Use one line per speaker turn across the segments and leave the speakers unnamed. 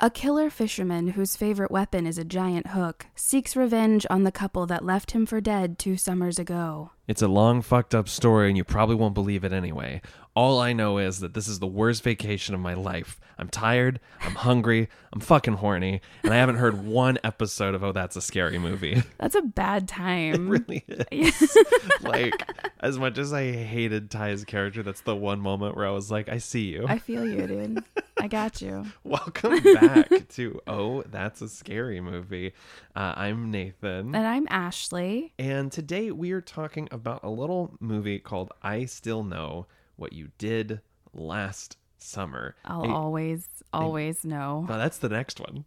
A killer fisherman whose favorite weapon is a giant hook seeks revenge on the couple that left him for dead two summers ago.
It's a long, fucked up story, and you probably won't believe it anyway. All I know is that this is the worst vacation of my life. I'm tired, I'm hungry, I'm fucking horny, and I haven't heard one episode of Oh, That's a Scary Movie.
That's a bad time.
really is. like, as much as I hated Ty's character, that's the one moment where I was like, I see you.
I feel you, dude. I got you.
Welcome back to Oh, That's a Scary Movie. Uh, I'm Nathan.
And I'm Ashley.
And today we are talking about a little movie called I Still Know What You Did Last Summer.
I'll
Hey,
always, always know.
no, that's the next one.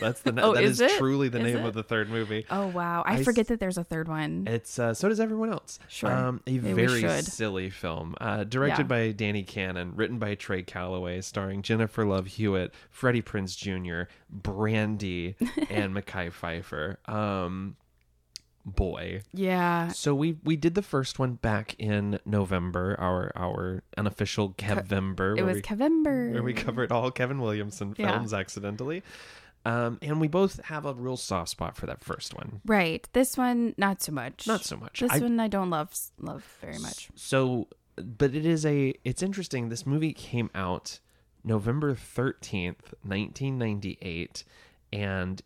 That's the ne-
Oh,
that
is
is,
it?
truly the
Is
name
it?
of the third movie.
Oh wow,
I
I,
s-
forget that there's a third one.
It's uh, so does everyone else.
Sure.
Um, a
Maybe we
very
should.
silly film, uh, directed
Yeah.
by Danny Cannon, written by Trey Calloway, starring Jennifer Love Hewitt, Freddie Prince Jr., Brandy, and Mackay Pfeiffer. Um, boy,
yeah,
So we we did the first one back in November, our our unofficial Kevember,
it
where,
was
we-
Kevember.
where we covered all Kevin Williamson
Yeah.
films accidentally. Um, and we both have a real soft spot for that first one.
Right. This one, not so much.
Not so much.
This
I-
one I don't love s- love very much.
So, but it is a it's interesting. This movie came out November thirteenth, nineteen ninety eight, and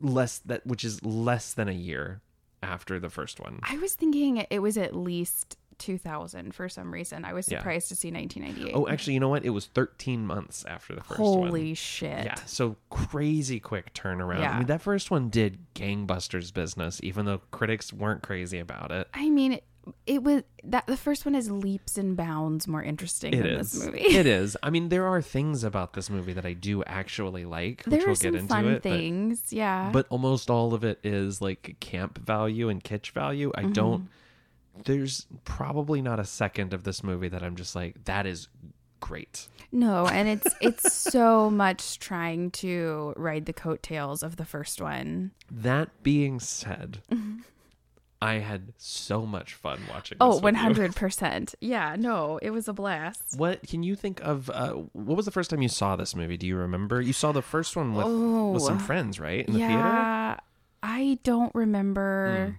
less that which is less than a year after the first one.
I was thinking it was at least 2000 for some reason. I was
Yeah.
surprised to see 1998.
Oh, actually, you know what? It was thirteen months after the first one.
Holy shit.
Yeah, so crazy quick turnaround. I
Yeah.
mean, that first one did gangbusters business, even though critics weren't crazy about it.
I mean, it, it was that the first one is leaps and bounds more interesting
It
than
is.
this movie.
it is. I mean, there are things about this movie that I do actually like, which
there are
we'll
some
get into
fun
it. but-
things. yeah.
But, almost all of it is like camp value and kitsch value.
Mm-hmm.
I don't. There's probably not a second of this movie that I'm just like, that is great.
no, and it's it's so much trying to ride the coattails of the first one.
That being said, I had so much fun watching.
Oh,
this with you.
100%. Yeah, no, it was a blast.
What can you think of? Uh, what was the first time you saw this movie? Do you remember? You saw the first one with, with some
Oh.
friends, right? In the theater. Mm.
yeah. I don't remember.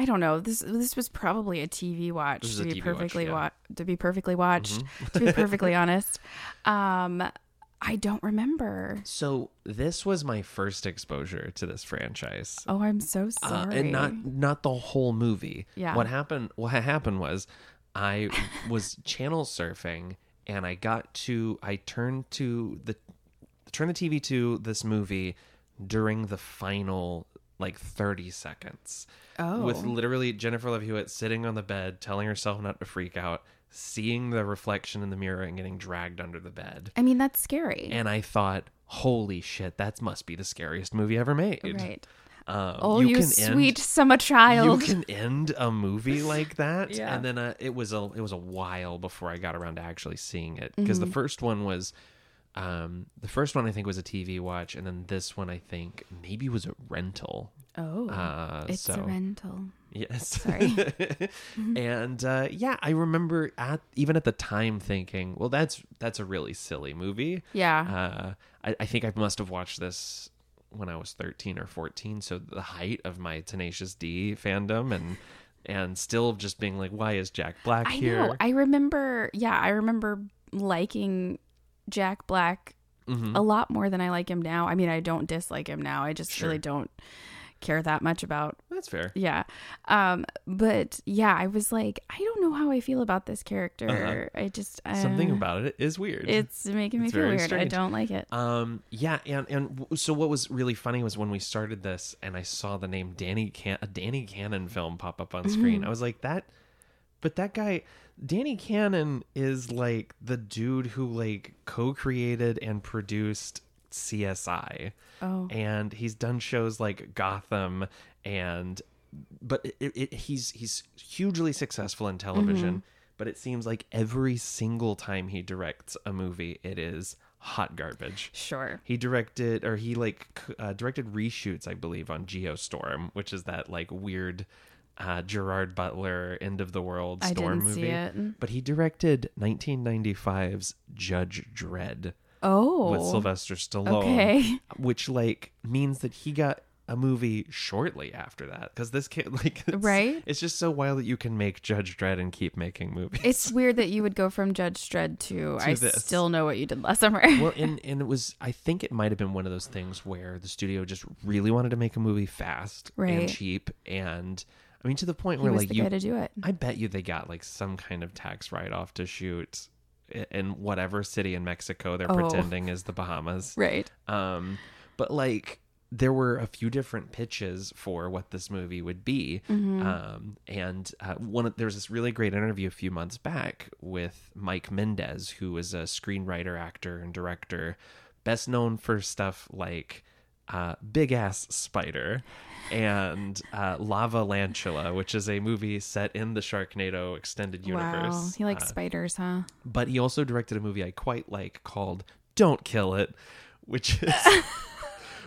I don't know. This this was probably a TV watch
This is
to
a
be
TV watch,
perfectly
yeah. Mm-hmm.
wa- to be perfectly watched, to be perfectly honest. Um I don't remember.
So this was my first exposure to this franchise.
Oh, I'm so
Uh,
sorry.
and not not the whole movie.
Yeah.
What happened? What happened was, I was channel surfing, and I got to I turned to the turn the TV to this movie during the final like thirty seconds.
Oh.
With literally Jennifer Love Hewitt sitting on the bed, telling herself not to freak out, seeing the reflection in the mirror, and getting dragged under the bed.
I mean, that's scary.
And I thought, holy shit, that must be the scariest movie ever made.
right.
Um,
Oh, you,
can end-
sweet summer child.
you can end a movie like that
Yeah.
and then uh, it was a it was a while before i got around to actually seeing it because
Mm-hmm.
the first one was um the first one i think was a tv watch and then this one i think maybe was a rental
oh.
uh
it's
so
a rental.
yes
Sorry. Mm-hmm.
and uh yeah i remember at even at the time thinking well that's that's a really silly movie
Yeah.
uh, I, I think I must have watched this when I was 13 or 14. So the height of my Tenacious D fandom and and still just being like, why is Jack Black
I
here?
know. I remember. Yeah, I remember liking Jack Black
Mm-hmm.
a lot more than I like him now. I mean, I don't dislike him now. I just really don't care that much about.
That's fair.
Yeah. Um. But yeah, I was like, I don't know how I feel about this character. I just uh,
Uh-huh. Something about it is weird.
it's making me
It's
feel
very
weird. I
strange.
don't like it.
Um. Yeah. And and w- so what was really funny was when we started this, and I saw the name Danny Can a Danny Cannon film pop up on screen. I was like that, but that guy, Danny Cannon, is like the dude who like co-created and produced CSI,
Oh.
and he's done shows like Gotham and. But it, it, it- he's he's hugely successful in television, but it seems like every single time he directs a movie, it is hot garbage.
Sure.
He directed, or he like c- uh, directed reshoots, I believe, on Geostorm, which is that like weird uh, Gerard Butler end of the world
I
storm
didn't see
movie.
it.
But he directed 1995's Judge Dredd,
Oh.
with Sylvester Stallone,
Okay.
which like means that he got a movie shortly after that because this kid like it's,
Right?
It's just so wild that you can make Judge Dredd and keep making movies.
It's weird that you would go from Judge Dredd to, I
this.
still know what you did last summer.
well, and and it was I think it might have been one of those things where the studio just really wanted to make a movie fast
Right.
and cheap, and I mean to the point
he
where
was
like
the
you
guy to do it.
I bet you they got like some kind of tax write off to shoot i- in whatever city in Mexico they're
Oh.
pretending is the Bahamas.
Right.
Um, but like there were a few different pitches for what this movie would be.
Mm-hmm.
Um, and uh, one of, there was this really great interview a few months back with Mike Mendez, who is a screenwriter, actor, and director, best known for stuff like uh, Big Ass Spider and uh, Lava Lantula, which is a movie set in the Sharknado extended universe. Uh,
Wow. He likes spiders, huh?
But he also directed a movie I quite like called Don't Kill It, which is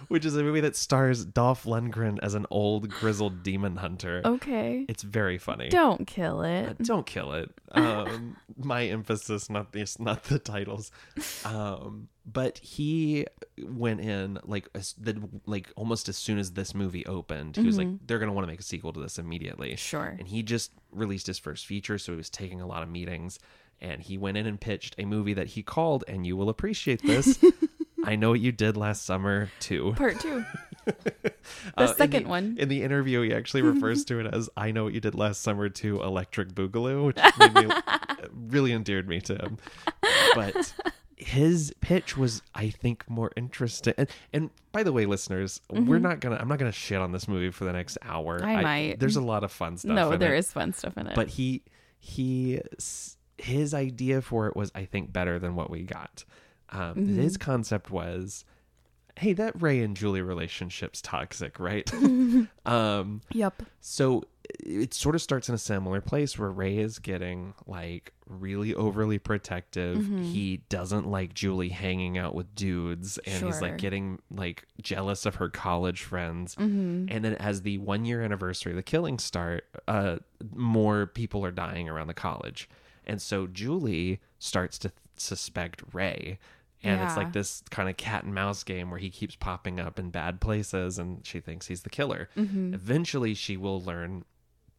which is a movie that stars Dolph Lundgren as an old grizzled demon hunter.
Okay.
It's very funny.
Oh.
Uh,
Don't kill it.
Don't kill it. Um, my emphasis, not the not the titles. Um, but he went in like as- the like almost as soon as this movie opened, he was
Mm-hmm.
like, "They're gonna want to make a sequel to this immediately."
Sure.
And he just released his first feature, so he was taking a lot of meetings. And he went in and pitched a movie that he called, and you will appreciate this. I know what you did last summer too.
Part two.
Uh,
The
in
second one.
In the interview, he actually refers to it as "I know what you did last summer to Electric Boogaloo," which made me, really endeared me to him. But his pitch was, I think, more interesting. And, and by the way, listeners, we're not gonna. I'm not gonna shit on this movie for the next hour.
Mm-hmm. I might.
There's a lot of fun stuff.
No,
in
there
it.
is fun stuff in it.
But he he s- his idea for it was, I think, better than what we got. Um, His concept was. Hey, that Ray and Julie relationship's toxic, right? um,
yep.
so it sort of starts in a similar place where Ray is getting like really overly protective. He doesn't like Julie hanging out with dudes and he's
Sure.
like getting like jealous of her college friends. And then as the 1 year anniversary of the killings start, uh more people are dying around the college. And so Julie starts to suspect Ray and it's
Yeah.
like this kind of cat and mouse game where he keeps popping up in bad places and she thinks he's the killer.
Mm-hmm.
Eventually, she will learn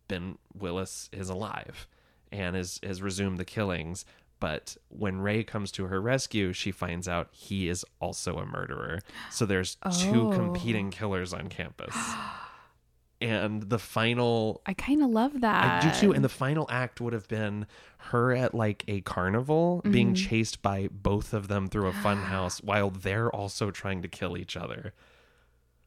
Ben Willis is alive and is, has resumed the killings. But when Ray comes to her rescue, she finds out he is also a murderer. So there's two
Oh.
competing killers on campus. And the final
I kind of love
I
that.
do too. And the final act would have been her at like a carnival being
Mm-hmm.
chased by both of them through a funhouse while they're also trying to kill each other.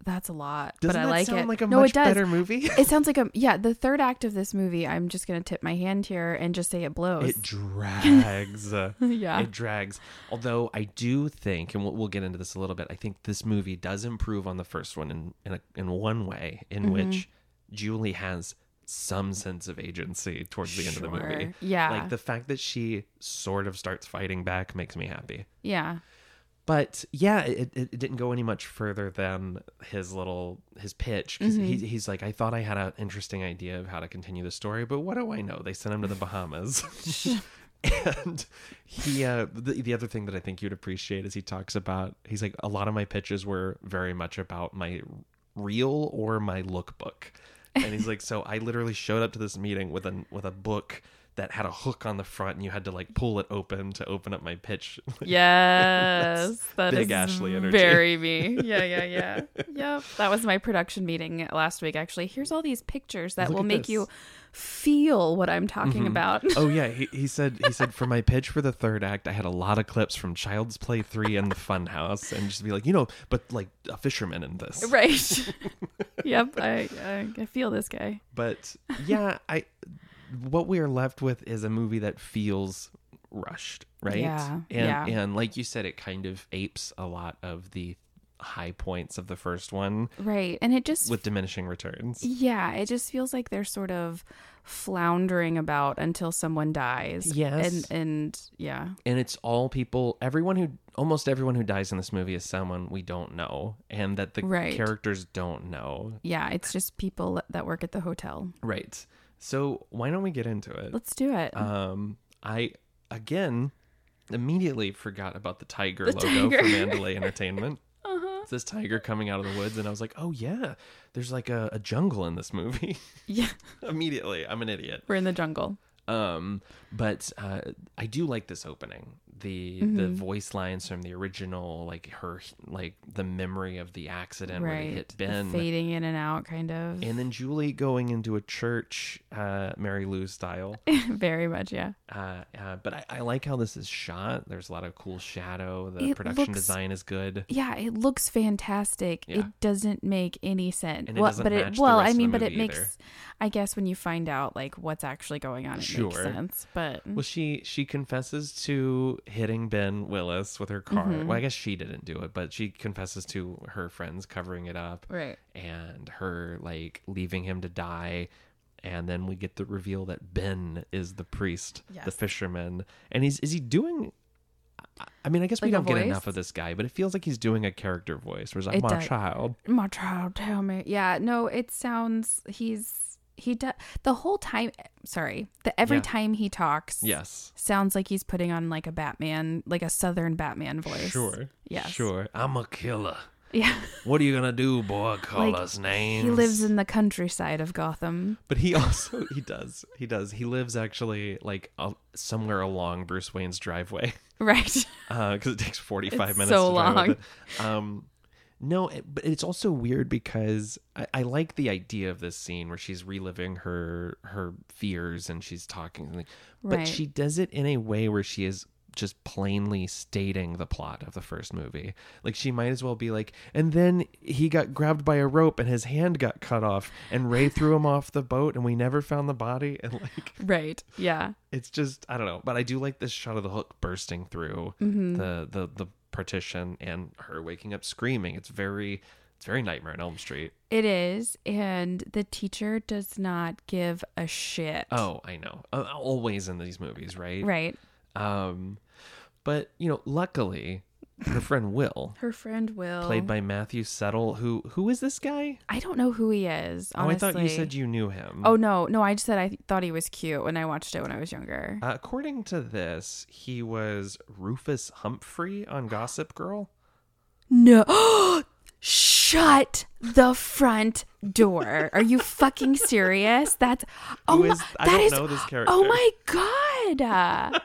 That's a lot.
Doesn't
but I
that
like
sound
it.
like a
no,
much
it does.
better movie?
It sounds like a yeah. The third act of this movie, I'm just gonna tip my hand here and just say it blows.
It drags. Uh,
Yeah.
It drags. Although I do think, and we'll, we'll get into this a little bit, I think this movie does improve on the first one in in, a, in one way, in
Mm-hmm.
which Julie has some sense of agency towards the end of the movie.
Sure. Yeah.
Like the fact that she sort of starts fighting back makes me happy.
yeah.
but yeah it, it it didn't go any much further than his little his pitch 'cause he, he's like i thought i had an interesting idea of how to continue the story but what do i know they sent him to the bahamas and he uh the, the other thing that i think you'd appreciate is he talks about he's like a lot of my pitches were very much about my reel or my lookbook and he's like so i literally showed up to this meeting with a with a book that had a hook on the front and you had to like pull it open to open up my pitch
Yes, that is
big Ashley energy.
very me. Yeah, yeah, yeah. yep, that was my production meeting last week. Actually, here's all these pictures that
Look
will
at
make
this.
you feel what I'm talking about.
oh yeah he, he said he said for my pitch for the third act i had a lot of clips from child's play 3 and the fun house and just be like you know but like a fisherman in this
right. yep, I, I I feel this guy.
but yeah i what we are left with is a movie that feels rushed right
Yeah,
and
yeah.
and like you said it kind of apes a lot of the high points of the first one
Right, and it just
with diminishing returns
Yeah, it just feels like they're sort of floundering about until someone dies.
Yes.
And and yeah.
and it's all people everyone who almost everyone who dies in this movie is someone we don't know and that the
Right.
characters don't know
Yeah, it's just people that work at the hotel.
Right. So why don't we get into it?
Let's do it.
Um, I again, immediately forgot about the tiger
The
logo
tiger.
for Mandalay Entertainment.
Uh-huh.
It's this tiger coming out of the woods, and I was like, oh yeah, there's like a, a jungle in this movie.
Yeah.
immediately, I'm an idiot.
We're in the jungle.
Um, but uh, I do like this opening. The the
Mm-hmm.
voice lines from the original, like her, like the memory of the accident where they
Right.
hit Ben,
Fading in and out kind of.
and then Julie going into a church, uh, Mary Lou style.
Very much, yeah.
Uh, uh, but I, I like how this is shot. There's a lot of cool shadow. The
It
production
looks-
design is good.
Yeah, it looks fantastic.
Yeah.
It doesn't make any sense.
And it doesn't
but
match
it
the
well,
rest
I
of the
mean, but it
movie
makes
either.
I guess when you find out like what's actually going on, it
Sure.
makes sense. But
Well, she she confesses to hitting Ben Willis with her car.
Mm-hmm.
Well, I guess she didn't do it, but she confesses to her friends covering it up.
right.
and her like leaving him to die and then we get the reveal that ben is the priest the
Yes.
fisherman and he's is he doing I- i mean i guess we
Like a
don't get
voice?
enough of this guy but it feels like he's doing a character voice where he's like
It
my
does.
child
My child, tell me. Yeah, no, it sounds he's he does the whole time sorry. The every
Yeah.
time he talks
yes
sounds like he's putting on like a Batman like a southern Batman voice.
sure
Yes.
sure i'm a killer
Yeah.
what are you gonna do boy call
Like,
us names
He lives in the countryside of Gotham.
But he also he does he does he lives actually like uh, somewhere along Bruce Wayne's driveway
Right.
because it takes forty five
It's
minutes.
so
to drive up it. Um, no, it, but it's also weird because I, I like the idea of this scene where she's reliving her her fears and she's talking, and like- but
Right.
she does it in a way where she is just plainly stating the plot of the first movie. Like she might as well be like, and then he got grabbed by a rope and his hand got cut off, and Ray threw him off the boat, and we never found the body, and like
right. Yeah.
it's just I don't know, but I do like this shot of the hook bursting through the the the partition and her waking up screaming. It's very it's very Nightmare on Elm Street.
It is, and the teacher does not give a shit.
Oh, I know. Uh, always in these movies, right?
Right.
Um, but you know, luckily, her friend Will,
Her friend Will.
played by Matthew Settle, who who is this guy?
I don't know who he is.
Oh, I
Honestly.
thought you said you knew him.
Oh no, no! I just said I th- thought he was cute when I watched it when I was younger.
Uh, according to this, he was Rufus Humphrey on Gossip Girl.
No. Shut the front door. Are you fucking serious? That's oh,
Who
my-
is- I
that
don't
is-
know this character.
Oh my god.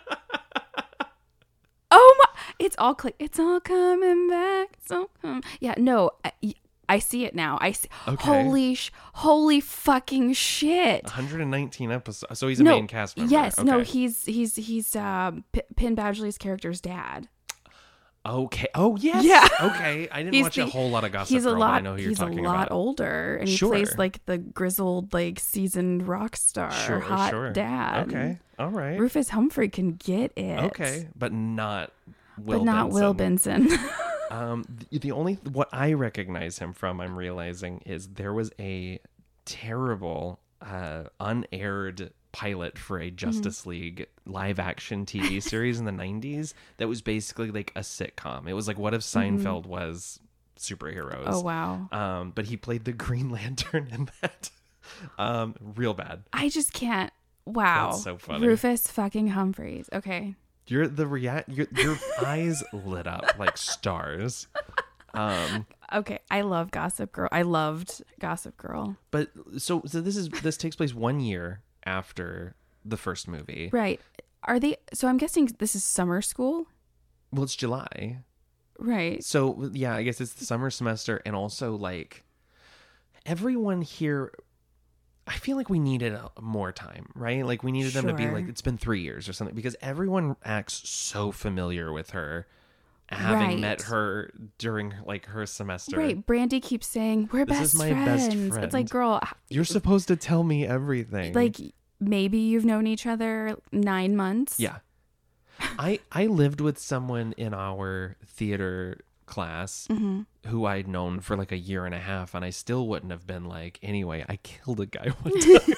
oh my it's all click it's all coming back. It's all com- Yeah, no. I, I see it now. I see.
Okay.
Holy sh- holy fucking shit.
119 episodes. So he's a main cast member.
Yes, no,
Okay.
he's he's he's uh, P- Pin Badgley's character's dad.
Okay. Oh yes.
Yeah.
Okay. I didn't
He's
watch a
the-
whole lot of Gossip
he's
Girl,
a
but I
lot
know who you're
he's a
talking
lot
about.
older and he
Sure.
plays like the grizzled like seasoned rock star
Sure.
hot
sure.
dad.
Okay. All right.
Rufus Humphrey can get it.
Okay, but not. Will
But not Will
Benson.
Benson.
Um, the, the only what I recognize him from, I'm realizing, is there was a terrible, uh, unaired pilot for
Mm-hmm.
a Justice League live action TV series in the 90s that was basically like a sitcom. It was like, what if Seinfeld was superheroes?
Mm-hmm. oh wow.
Um, but he played the Green Lantern in that. Um, real bad.
I just can't. Wow.
That's so funny.
Rufus fucking Humphreys. Okay.
Your the react your your eyes lit up like stars. Um,
Okay. I love Gossip Girl. I loved Gossip Girl.
but so so this is this takes place one year after the first movie.
Right. Are they. So I'm guessing this is summer school?
Well, it's July,
Right.
so yeah, I guess it's the summer semester, and also like everyone here. I feel like we needed a, more time, right? Like we needed them to be
Sure.
like it's been three years or something because everyone acts so familiar with her, having
Right.
met her during like her semester.
Right. Brandy keeps saying, we're
This
best
is my
friends.
best
It's
friend.
like, girl,
You're supposed to tell me everything.
like maybe you've known each other nine months.
yeah. I I lived with someone in our theater class
Mm-hmm.
who I'd known for like a year and a half and I still wouldn't have been like anyway, I killed a guy one time.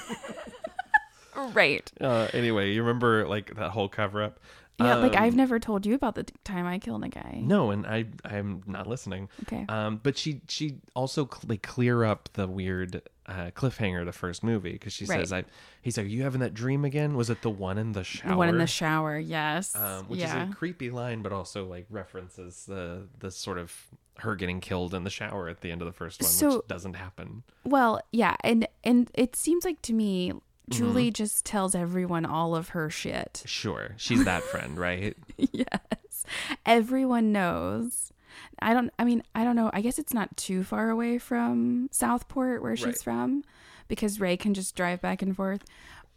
Right.
uh, anyway, you remember like that whole cover up?
Yeah. like I've never told you about the t- time I killed a guy.
Um, No, Uh, and I I'm not listening.
Okay.
Um, but she she also cl- they clear up the weird uh, cliffhanger of the first movie because she
Right.
says, "I." He's like, "Are you having that dream again? Was it the one in the shower?"
The one in the shower, yes.
um, which
yeah.
is a creepy line, but also like references the the sort of her getting killed in the shower at the end of the first one,
So-
which doesn't happen.
Well, yeah, and and it seems like to me
Mm-hmm.
Julie just tells everyone all of her shit.
Sure, she's that friend, right?
yes. Everyone knows. I don't I mean, I don't know. I guess it's not too far away from Southport where she's
Right.
from because Ray can just drive back and forth.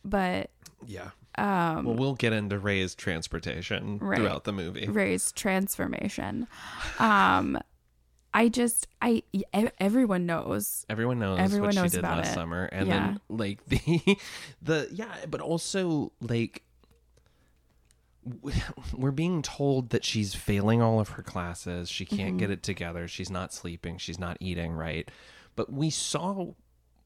But
Yeah. Um, well, we'll get into Ray's transportation
Right.
throughout the movie.
Ray's transformation. Um I just I e- everyone knows.
Everyone knows
Everyone
what
knows
she did
about
last
it.
summer, and then like the the yeah, but also like w- we're being told that she's failing all of her classes. She can't
Mm-hmm.
get it together. She's not sleeping. She's not eating right. But we saw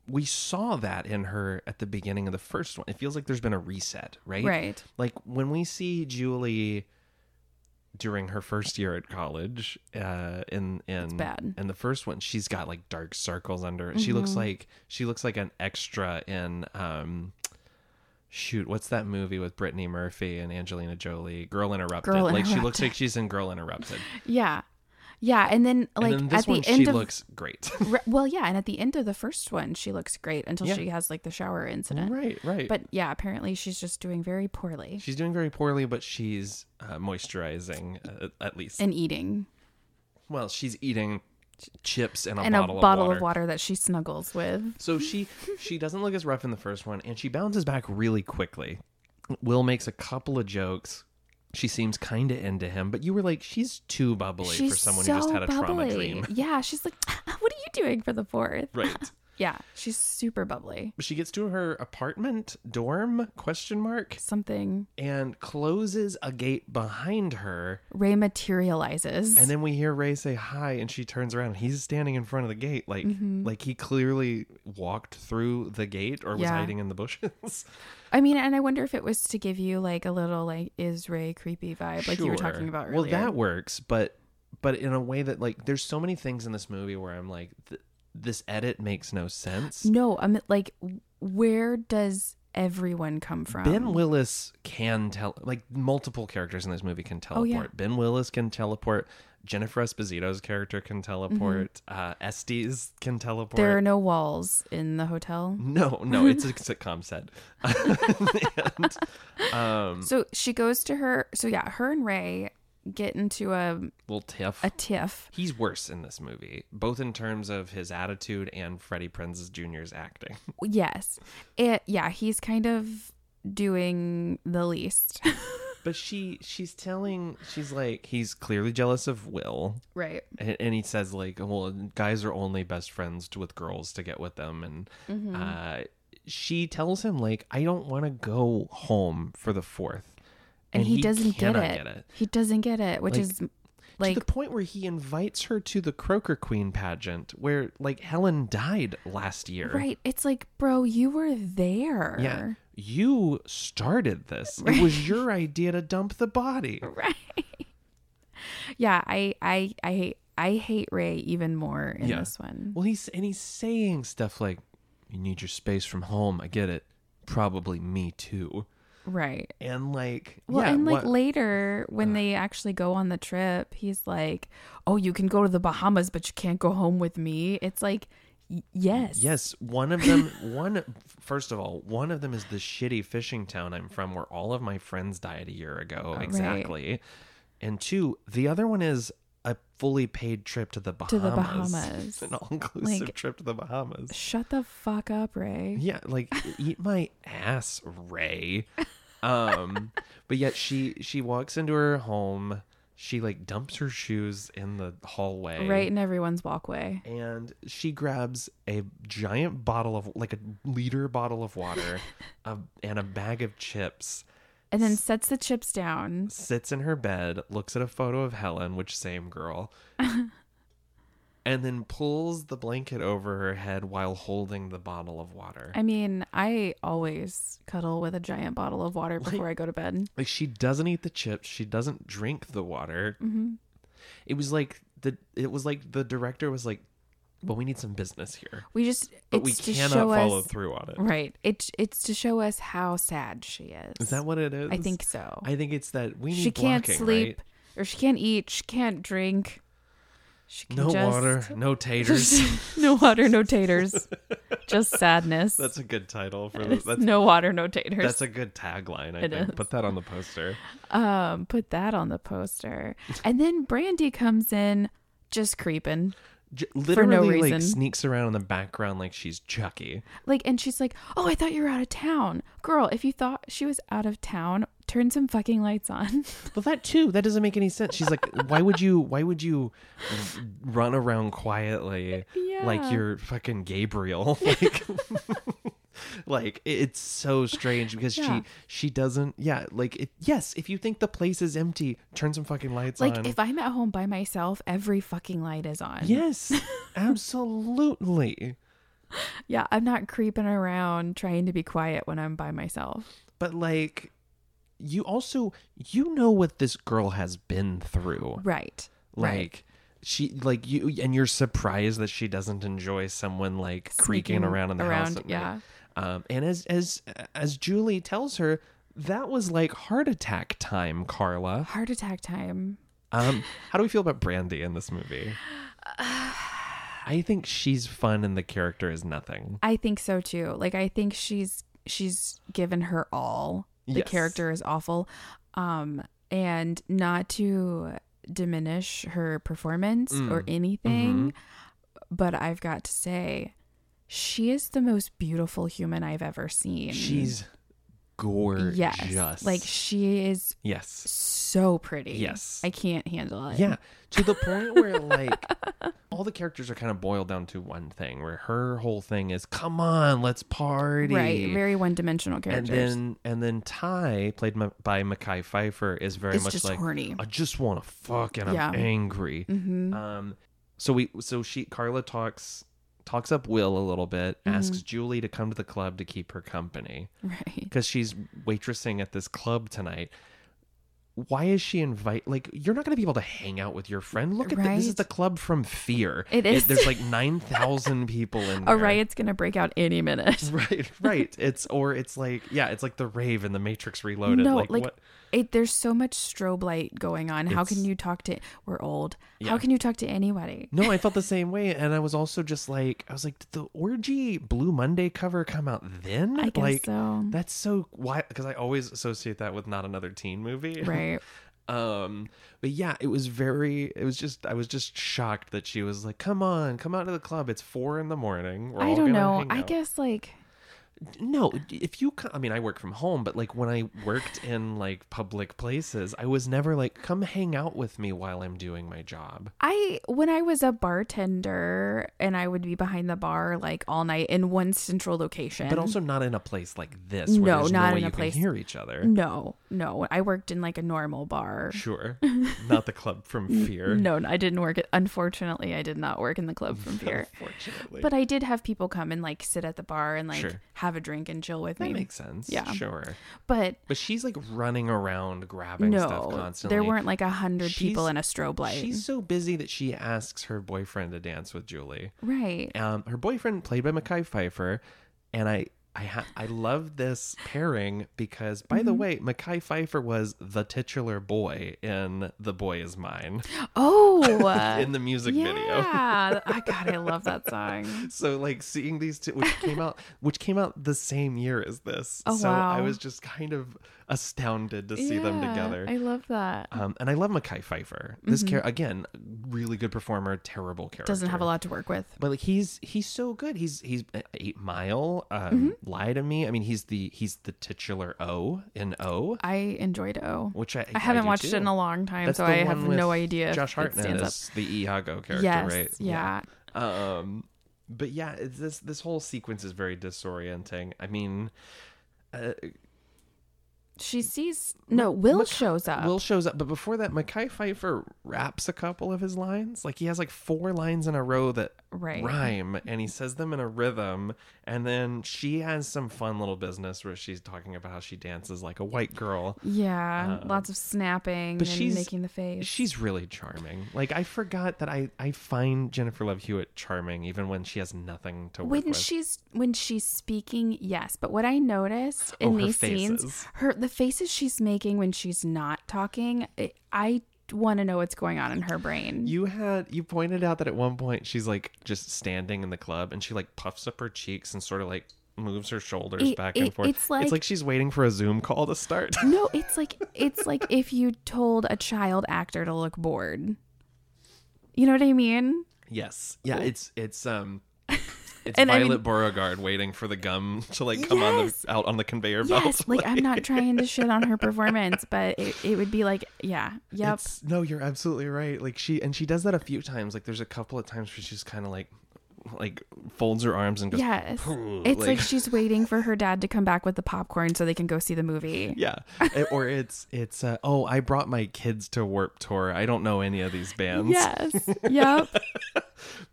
we saw that in her at the beginning of the first one. It feels like there's been a reset, right?
Right.
Like when we see Julie during her first year at college, uh, in in
bad. Mm-hmm.
and the first one, she's got like dark circles under. her. She looks like she looks like an extra in um, shoot, what's that movie with Brittany Murphy and Angelina Jolie? Girl Interrupted.
Girl
like she looks like she's in Girl Interrupted.
Yeah. Yeah, and then like
and then this
at the
one,
end
she
of
looks great.
Re- well, yeah, and at the end of the first one, she looks great until
Yeah.
she has like the shower incident.
right, right.
But yeah, apparently she's just doing very poorly
she's doing very poorly, but she's uh, moisturizing uh, at least.
and eating,
well, she's eating chips and a
and
bottle,
a bottle
of water.
that she snuggles with.
So she she doesn't look as rough in the first one, and she bounces back really quickly. Will makes a couple of jokes. She seems kind of into him, but you were like, she's too bubbly
she's
for someone
so
who just had a
bubbly.
trauma dream,
Yeah, she's like, "What are you doing for the fourth?
right?
Yeah, she's super bubbly.
She gets to her apartment dorm question mark
Something
and closes a gate behind her,
Ray materializes.
and then we hear Ray say hi, and she turns around. He's standing in front of the gate, like
Mm-hmm.
like he clearly walked through the gate or was
Yeah.
hiding in the bushes.
I mean, and I wonder if it was to give you like a little like is Ray creepy vibe, like you were talking about earlier.
Well, that works, but but in a way that like there's so many things in this movie where I'm like, th- this edit makes no sense.
no, I'm like, where does everyone come from?
Ben Willis can tell like multiple characters in this movie can teleport.
Oh, yeah.
Ben Willis can teleport. Jennifer Esposito's character can teleport.
Mm-hmm.
Uh, Estes can teleport.
There are no walls in the hotel.
no, no, it's a sitcom set. and, um,
So she goes to her. So yeah, her and Ray get into a
well, Tiff.
a tiff.
He's worse in this movie, both in terms of his attitude and Freddie Prinze Jr.'s acting.
Yes, it. Yeah, he's kind of doing the least.
But she she's telling she's like he's clearly jealous of Will,
right.
and, and he says like, well, guys are only best friends to, with girls to get with them, and
Mm-hmm.
uh, she tells him like, I don't want to go home for the fourth,
And, he, doesn't get
cannot
it. He doesn't get it, which
Like-
is like
to the point where he invites her to the Croaker Queen pageant, where like Helen died last year.
right. It's like, bro, you were there.
Yeah. You started this. It was your idea to dump the body.
Right. yeah. I. I. I hate. I hate Ray even more in
Yeah.
this one.
Well, he's and he's saying stuff like, "You need your space from home. I get it. Probably me too."
Right.
And like,
Well,
yeah,
and like
what-
later when they actually go on the trip, he's like, "Oh, you can go to the Bahamas, but you can't go home with me." It's like, y- yes,
yes, one of them. one first of all, one of them is the shitty fishing town I'm from, where all of my friends died a year
Oh,
ago. Exactly. And two, the other one is a fully paid trip to the Bahamas.
to the Bahamas.
An all inclusive
Like-
trip to the Bahamas.
Shut the fuck up, Ray.
Yeah, like e-, eat my ass, Ray. Um, but yet she she walks into her home. She like dumps her shoes in the hallway,
Right in everyone's walkway.
And she grabs a giant bottle of like a liter bottle of water, a, and a bag of chips.
And then sets the chips down.
Sits in her bed, looks at a photo of Helen, which same girl. And then pulls the blanket over her head while holding the bottle of water.
I mean, I always cuddle with a giant bottle of water before I go to bed.
like she doesn't eat the chips she doesn't
Mm-hmm.
drink the water it was like the it was like the director was like But we need some business here.
We just
But
it's to
we cannot
show
follow
us,
through on it. Is
Right. It's it's to show us how sad she is.
that what it is?
I think so.
I think it's that we need
she can't
blocking,
sleep
right?
or she can't eat, she can't drink. She can
No
just,
water, no taters.
no water, no taters. just sadness.
that's a good title for this. That's,
no water, no taters.
that's a good tagline. I
It
think
is.
put that on the poster.
um, put that on the poster. And then Brandy comes in just creeping.
J- literally, like
reason.
sneaks around in the background like she's Chucky.
Like and she's like, "Oh, I thought you were out of town." Girl, if you thought she was out of town, turn some fucking lights on.
Well, that too. That doesn't make any sense. She's like, why would you? Why would you run around quietly
Yeah.
like you're fucking Gabriel? Like, like it- it's so strange because
Yeah.
she she doesn't. Yeah, like it, yes. If you think the place is empty, turn some fucking lights
like
on.
if I'm at home by myself, every fucking light is on.
yes, absolutely.
Yeah, I'm not creeping around trying to be quiet when I'm by myself.
But like, you also you know what this girl has been through.
Right.
like
Right.
she like you and you're surprised that she doesn't enjoy someone like creaking
Sneaking
around in the house
around,
at night.
yeah.
um and as as as julie tells her that was like heart attack time carla
Heart attack time.
um how do we feel about brandy in this movie i think she's fun and the character is nothing
I think so too. Like I think she's she's given her all. The
Yes.
character is awful. Um and not to diminish her performance
Mm.
or anything,
Mm-hmm.
but I've got to say she is the most beautiful human I've ever seen.
she's gorgeous
Mm. yes. Like she is
yes
so pretty.
Yes.
I can't handle it.
Yeah, to the point where like all the characters are kind of boiled down to one thing, where her whole thing is, "Come on, let's party."
Right. Very one dimensional
and
characters.
then and then Ty, played m- by Mackay Pfeiffer, is very
It's
much
just
like,
horny.
"I just want to fuck and
Yeah. Mm-hmm.
I'm angry." Um, so we so she Carla talks talks up Will a little bit,
Mm-hmm.
asks Julie to come to the club to keep her company
right.
because she's waitressing at this club tonight. Why is she invite? Like, you're not going to be able to hang out with your friend. Look at thi- this is
Right.
the club from Fear.
It is.
there's like nine thousand people in there.
A riot's gonna break out any minute.
Right, right. It's or it's like yeah, it's like the rave in the Matrix Reloaded.
No,
like,
like,
what?
it, there's so much strobe light going on. How can
It's-
you talk to? We're old.
Yeah.
How can you talk to anybody?
No, I felt the same way, and I was also just like, I was like, did the orgy Blue Monday cover come out then?
I guess
like,
so.
That's so why because I always associate that with not another teen movie.
Right.
um but yeah it was very it was just i was just shocked that she was like come on come out to the club it's four in the morning We're
I
all
don't
gonna
know.
hang
I
out."
guess like
no if you co- i mean i work from home but like when i worked in like public places i was never like come hang out with me while i'm doing my job
I when I was a bartender and I would be behind the bar like all night in one central location.
but also not in a place like this where
No,
there's
not
no way
in a
you
place-
can hear each other
no, no. I worked in like a normal bar.
sure not the club from fear
No, I didn't work. At, unfortunately, I did not work in the club from here.
unfortunately
But I did have people come and like sit at the bar and like
Sure.
have a drink and chill with
that
me.
makes sense
Yeah.
sure
but
but she's like running around grabbing stuff
no,
constantly
there weren't like a hundred people
She's-
in a strobe light.
She's so busy that she asks her boyfriend to dance with Julie.
Right.
Um, her boyfriend, played by Mackay Pfeiffer, and I, I, ha- I love this pairing because, by
Mm-hmm.
the way, Mackay Pfeiffer was the titular boy in "The Boy Is Mine"
Oh,
in the music video.
yeah. I God, I love that song.
So, like seeing these two, which came out, which came out the same year as this.
Oh,
so I
wow.
was just kind of astounded to see them
Yeah,
together.
I love that.
um, and I love Mackay Pfeiffer. This character again, really good performer, terrible character.
Doesn't have a lot to work with.
but like he's he's so good. He's he's Eight Mile, um,
Mm-hmm.
Lie to Me. I mean, he's the he's the titular O in O,
I enjoyed O.
which I
I haven't
do
watched it
too.
in a long time,
That's
so
the
I have
one with
no idea.
Josh
if it
Hartnett
stands up.
is the Iago character,
Yes.
right?
Yeah.
Um, but yeah, it's this this whole sequence is very disorienting. I mean,
She sees. No, Will shows up.
Will shows up, but before that, Mackay Pfeiffer raps a couple of his lines. Like he has like four lines in a row that
Right.
rhyme and he says them in a rhythm and then she has some fun little business where she's talking about how she dances like a white girl
Yeah. lots of snapping
Um, but
and
she's-
making the face.
she's really charming like i forgot that i i find jennifer love hewitt charming even when she has nothing to work
when
with
she's when she's speaking, yes. But what I noticed in
Oh, her
these
faces.
scenes, her the faces she's making when she's not talking, I, I want to know what's going on in her brain.
you had you pointed out that at one point she's like just standing in the club and she like puffs up her cheeks and sort of like moves her shoulders
It-
back
it-
and forth
it's like-
she's waiting for a zoom call to start
no, it's like it's like if you told a child actor to look bored. You know what I mean?
Yes. Yeah, it's it's um it's
And I
Violet
mean-
Beauregard waiting for the gum to like come
Yes.
on the out on the conveyor belt.
Yes, like I'm not trying to shit on her performance, but it, it would be like, yeah, yep.
It's- no, you're absolutely right. Like she and she does that a few times. Like there's a couple of times where she's kind of like like folds her arms and goes
Yes.
"Phew,"
It's like she's waiting for her dad to come back with the popcorn so they can go see the movie.
yeah, It- or it's it's uh, oh I brought my kids to Warp Tour. I don't know any of these bands,
Yes. Yep.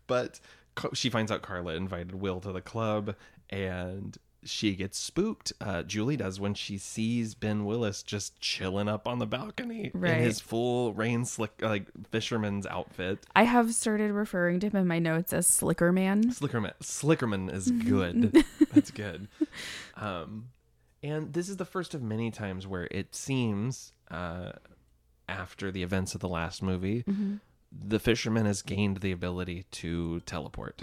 but Ca- she finds out Carla invited Will to the club, and she gets spooked. Uh, Julie does when she sees Ben Willis just chilling up on the balcony
Right.
in his full rain slick like fisherman's outfit.
I have started referring to him in my notes as Slicker Man.
Slickerman, Slickerman is good. That's good. Um, and this is the first of many times where it seems, uh, after the events of the last movie, the fisherman has gained the ability to teleport.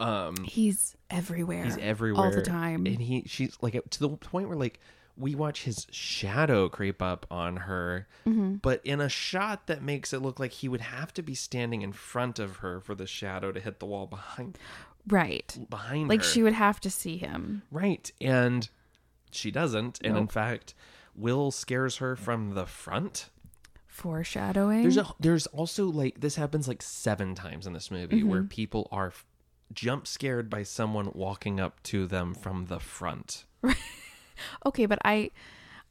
Um,
He's everywhere.
He's everywhere
all the time.
and he she's like to the point where like we watch his shadow creep up on her,
Mm-hmm.
but in a shot that makes it look like he would have to be standing in front of her for the shadow to hit the wall behind
right.
behind
Like
her.
she would have to see him.
right, and she doesn't, and in fact, Will scares her from the front.
Foreshadowing.
There's a there's also like this happens like seven times in this movie
Mm-hmm.
where people are f- jump scared by someone walking up to them from the front.
okay, but I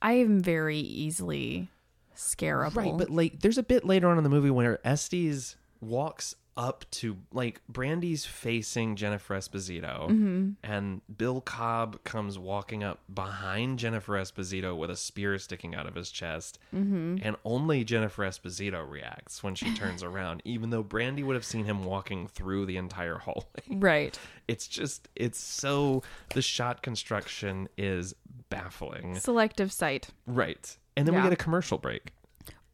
I am very easily scarable.
Right, but like there's a bit later on in the movie where Estes walks up to like Brandy's facing Jennifer Esposito
Mm-hmm.
and Bill Cobb comes walking up behind Jennifer Esposito with a spear sticking out of his chest
Mm-hmm.
and only Jennifer Esposito reacts when she turns around even though Brandy would have seen him walking through the entire hallway.
right.
It's just it's so the shot construction is baffling.
Selective sight.
Right. And then we
Yeah.
get a commercial break.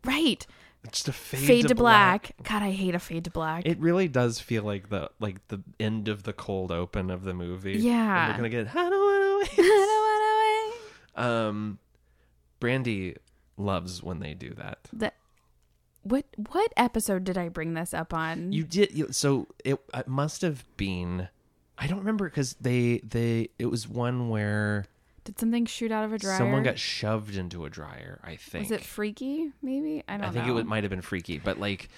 Right.
Just a fade,
Fade, to, black. God, I hate a fade to black.
It really does feel like the like the end of the cold open of the movie. And
Yeah.
we're gonna get I don't want
I
to
don't wanna wait.
wait. Um, Brandy loves when they do that.
The what what episode did I bring this up on?
You did you, so it, it must have been. I don't remember because they they it was one where
did something shoot out of a dryer?
someone got shoved into a dryer. I think
Was it freaky? Maybe I don't
I think
know.
it might have been freaky, but like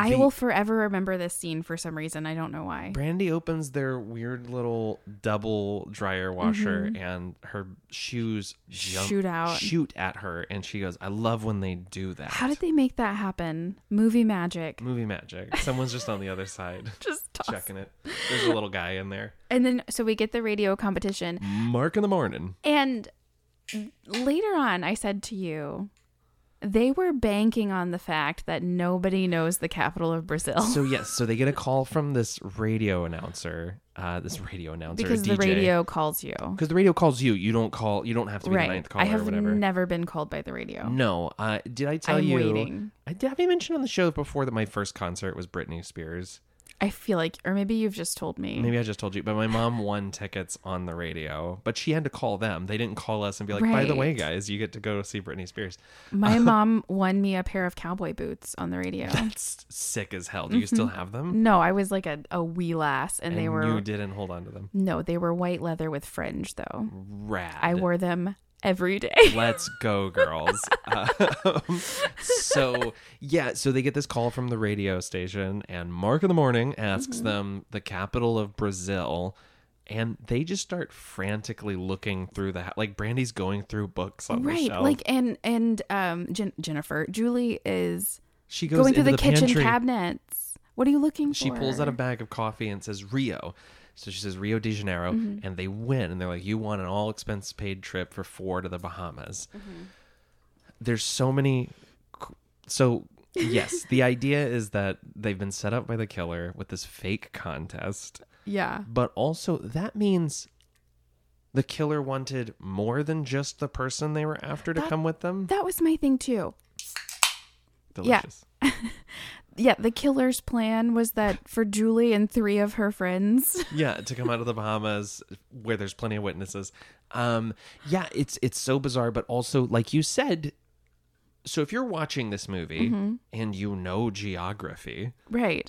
I
the-
will forever remember this scene for some reason. I don't know why.
Brandy opens their weird little double dryer washer and her shoes jump,
Mm-hmm. Shoot out.
shoot at her and she goes, I love when they do that.
How did they make that happen? Movie magic.
Movie magic. Someone's just on the other side
Just toss.
checking it. There's a little guy in there.
And then so we get the radio competition.
Mark in the morning.
And later on I said to you they were banking on the fact that nobody knows the capital of Brazil
So yes, so they get a call from this radio announcer. Uh, this radio announcer,
because the
DJ.
radio calls you.
because the radio calls you. You don't call. You don't have to be the
Right.
ninth caller
I have
or whatever.
never been called by the radio.
No. Uh, did I tell
I'm
you?
waiting.
I did. Have you mentioned on the show before that my first concert was Britney Spears?
I feel like, or maybe you've just told me.
Maybe I just told you, but my mom won tickets on the radio, but she had to call them. They didn't call us and be like, "By the way,
Right.
guys, you get to go see Britney Spears."
My mom won me a pair of cowboy boots on the radio.
That's sick as hell. Do you still have them?
Mm-hmm. No, I was like a, a wee lass, and, they
And
were
You didn't hold on to them.
no, they were white leather with fringe though.
Rad.
I wore them every day.
Let's go, girls. Um, so, yeah, so they get this call from the radio station, and Mark in the Morning asks
Mm-hmm.
them the capital of Brazil. And they just start frantically looking through the ha- like Brandy's going through books on the
Right,
shelf.
like and and um Jen- Jennifer Julie is
she goes
going through
into
the, kitchen
pantry.
cabinets What are you looking
she
for?
pulls out a bag of coffee and says Rio. So she says Rio de Janeiro,
Mm-hmm.
and they win, and they're like, "You won an all expense paid trip for four to the Bahamas."
Mm-hmm.
There's so many. So yes, the idea is that they've been set up by the killer with this fake contest,
Yeah.
but also that means the killer wanted more than just the person they were after to
That-
come with them.
That was my thing too. yeah.
Delicious.
Yeah, the killer's plan was that for Julie and three of her friends.
yeah to come out of the bahamas where there's plenty of witnesses um yeah it's it's so bizarre but also like you said so if you're watching this movie and you know geography
Right.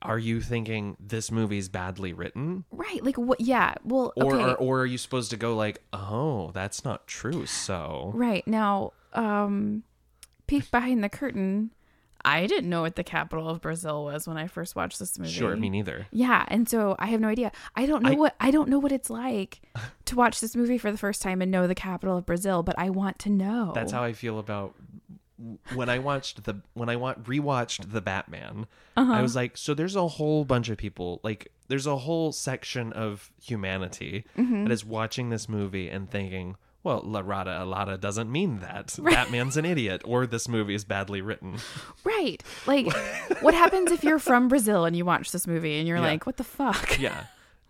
are you thinking this movie's badly written
Right. Like what yeah. Well,
or,
okay.
or or are you supposed to go like oh that's not true so
Right. Now, um peek behind the curtain. I didn't know what the capital of Brazil was when I first watched this movie.
sure me neither
Yeah, and so I have no idea. I don't know
I-
what I don't know what it's like to watch this movie for the first time and know the capital of Brazil, but I want to know.
that's how i feel about when i watched the when i wa- rewatched the batman
Uh-huh.
i was like so there's a whole bunch of people like there's a whole section of humanity
Mm-hmm.
that is watching this movie and thinking well la rata alada doesn't mean that batman's an idiot or this movie is badly written
Right. Like what happens if you're from Brazil and you watch this movie and you're
Yeah.
like, what the fuck?
yeah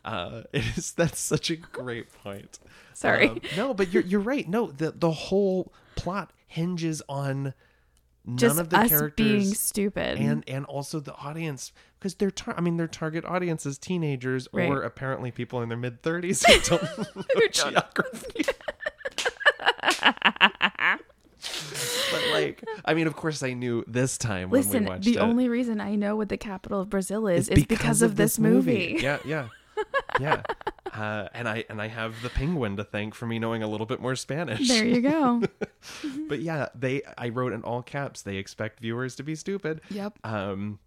uh it is that's such a great point
Sorry.
Um, no but you're you're right no the the whole plot hinges on none
Just
of the
us
characters
being stupid.
and and also the audience because their tar- I mean their target audience is teenagers or
Right.
apparently people in their mid thirties who don't know geography. but like, I mean, of course, I knew this time when
Listen,
we watched
the
it.
only reason I know what the capital of Brazil is is because, of, this movie.
Yeah, yeah, yeah. Uh, and I and I have the penguin to thank for me knowing a little bit more Spanish.
There you go.
but yeah, they I wrote in all caps. They expect viewers to be stupid.
yep.
Um,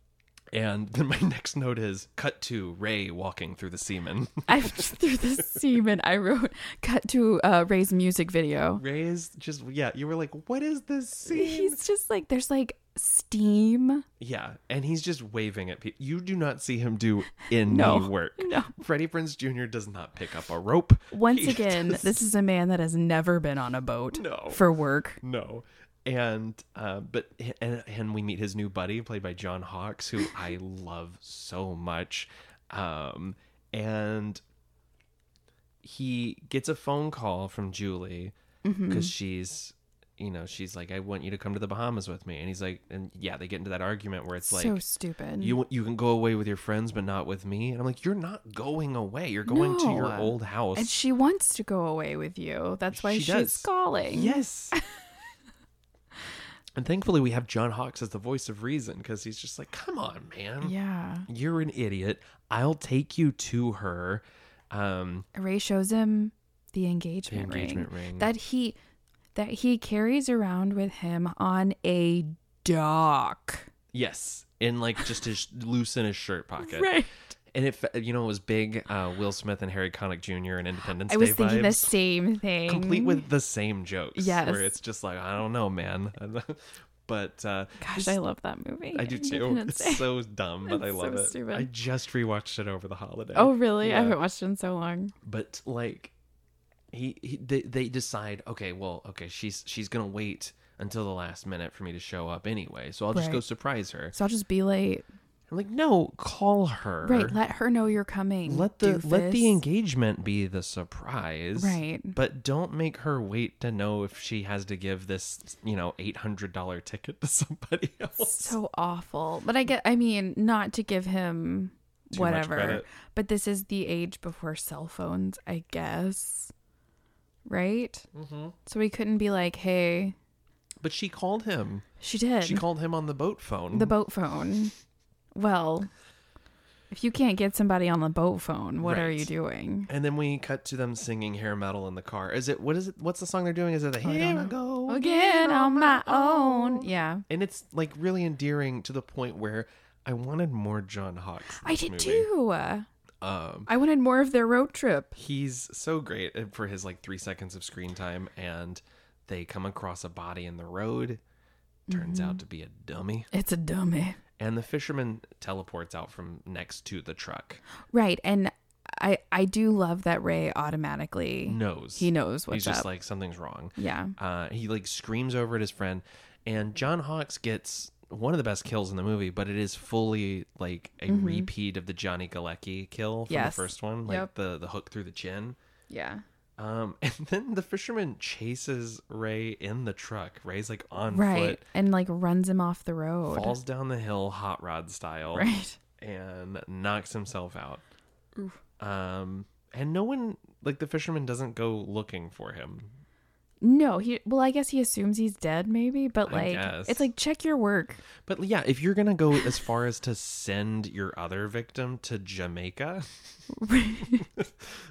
and then my next note is cut to Ray walking through the semen.
I through the semen I wrote cut to uh, Ray's music video.
Ray is just yeah. You were like, what is this scene?
He's just like there's like steam.
yeah, and he's just waving at people. You do not see him do any
No.
work.
No.
Freddie Prince Jr. does not pick up a rope.
Once
He
again,
does-
this is a man that has never been on a boat
No.
for work.
no. And uh, but and and we meet his new buddy, played by John Hawkes, who I love so much. Um, and he gets a phone call from Julie because
Mm-hmm.
she's, you know, she's like, I want you to come to the Bahamas with me. And he's like, and yeah, they get into that argument where it's like,
so stupid.
you you can go away with your friends, but not with me. And I'm like, you're not going away. You're going to your
No.
old house.
And she wants to go away with you. That's why
She
she's
does.
calling.
yes. and thankfully, we have John Hawkes as the voice of reason because he's just like, come on, man.
Yeah.
You're an idiot. I'll take you to her. Um,
Ray shows him the
the
engagement,
engagement
ring,
ring.
that he that he carries around with him on a dock.
yes. In like just his loose in his shirt pocket.
Right.
And it, fe- you know, it was big uh, Will Smith and Harry Connick Jr. and Independence
I was
Day
thinking the
vibes.
same thing.
complete with the same jokes.
Yes.
where it's just like I don't know, man. but uh,
Gosh, I love that movie.
I do too.
Independence Day.
It's so dumb, but I
It's
love
so
it.
stupid.
I just rewatched it over the holiday.
oh really?
Yeah.
I haven't watched it in so long.
but like he, he they, they decide okay well okay she's she's gonna wait until the last minute for me to show up anyway so i'll just go
Right.
surprise her
So I'll just be late.
i'm like no call her
Right. Let her know you're coming.
let the let the
doofus.
engagement be the surprise
Right.
but don't make her wait to know if she has to give this you know $800 ticket to somebody else
so awful. But I get I mean, not to give him
Too much
whatever.
credit.
But this is the age before cell phones, I guess. Right?
Mhm.
So we couldn't be like, "Hey,
but she called him
she did
she called him on the boat phone
the boat phone." Well, if you can't get somebody on the boat phone, what are
Right.
you doing?
and then we cut to them singing hair metal in the car is it what is it what's the song they're doing is it the
Oh, I
here
don't
I go
Again on my own. Yeah.
and it's like really endearing to the point where i wanted more john hawks in
I
this
did
movie.
too.
um
I wanted more of their road trip.
he's so great uh, for his like three seconds of screen time and
Mm-hmm.
they come across a body in the road turns out to be a dummy
It's a dummy.
and the fisherman teleports out from next to the truck.
Right. And I I do love that Ray automatically
Knows
he knows what's
he's just
up.
like something's wrong.
yeah.
Uh, he like screams over at his friend, and John Hawks gets one of the best kills in the movie, but it is fully like a repeat of the Johnny Galecki kill
Mm-hmm.
from
Yes.
the first one, like
Yep.
the the hook through the chin.
Yeah.
Um, and then the fisherman chases Ray in the truck. Ray's like on
Right. And like runs him off the road.
foot, falls down the hill, hot rod style,
Right.
and knocks himself out. Um, and no one like the fisherman doesn't go looking for him.
No, he well, I guess he assumes he's dead maybe, but
I
like
guess.
it's like check your work.
But yeah, if you're gonna go as far as to send your other victim to Jamaica,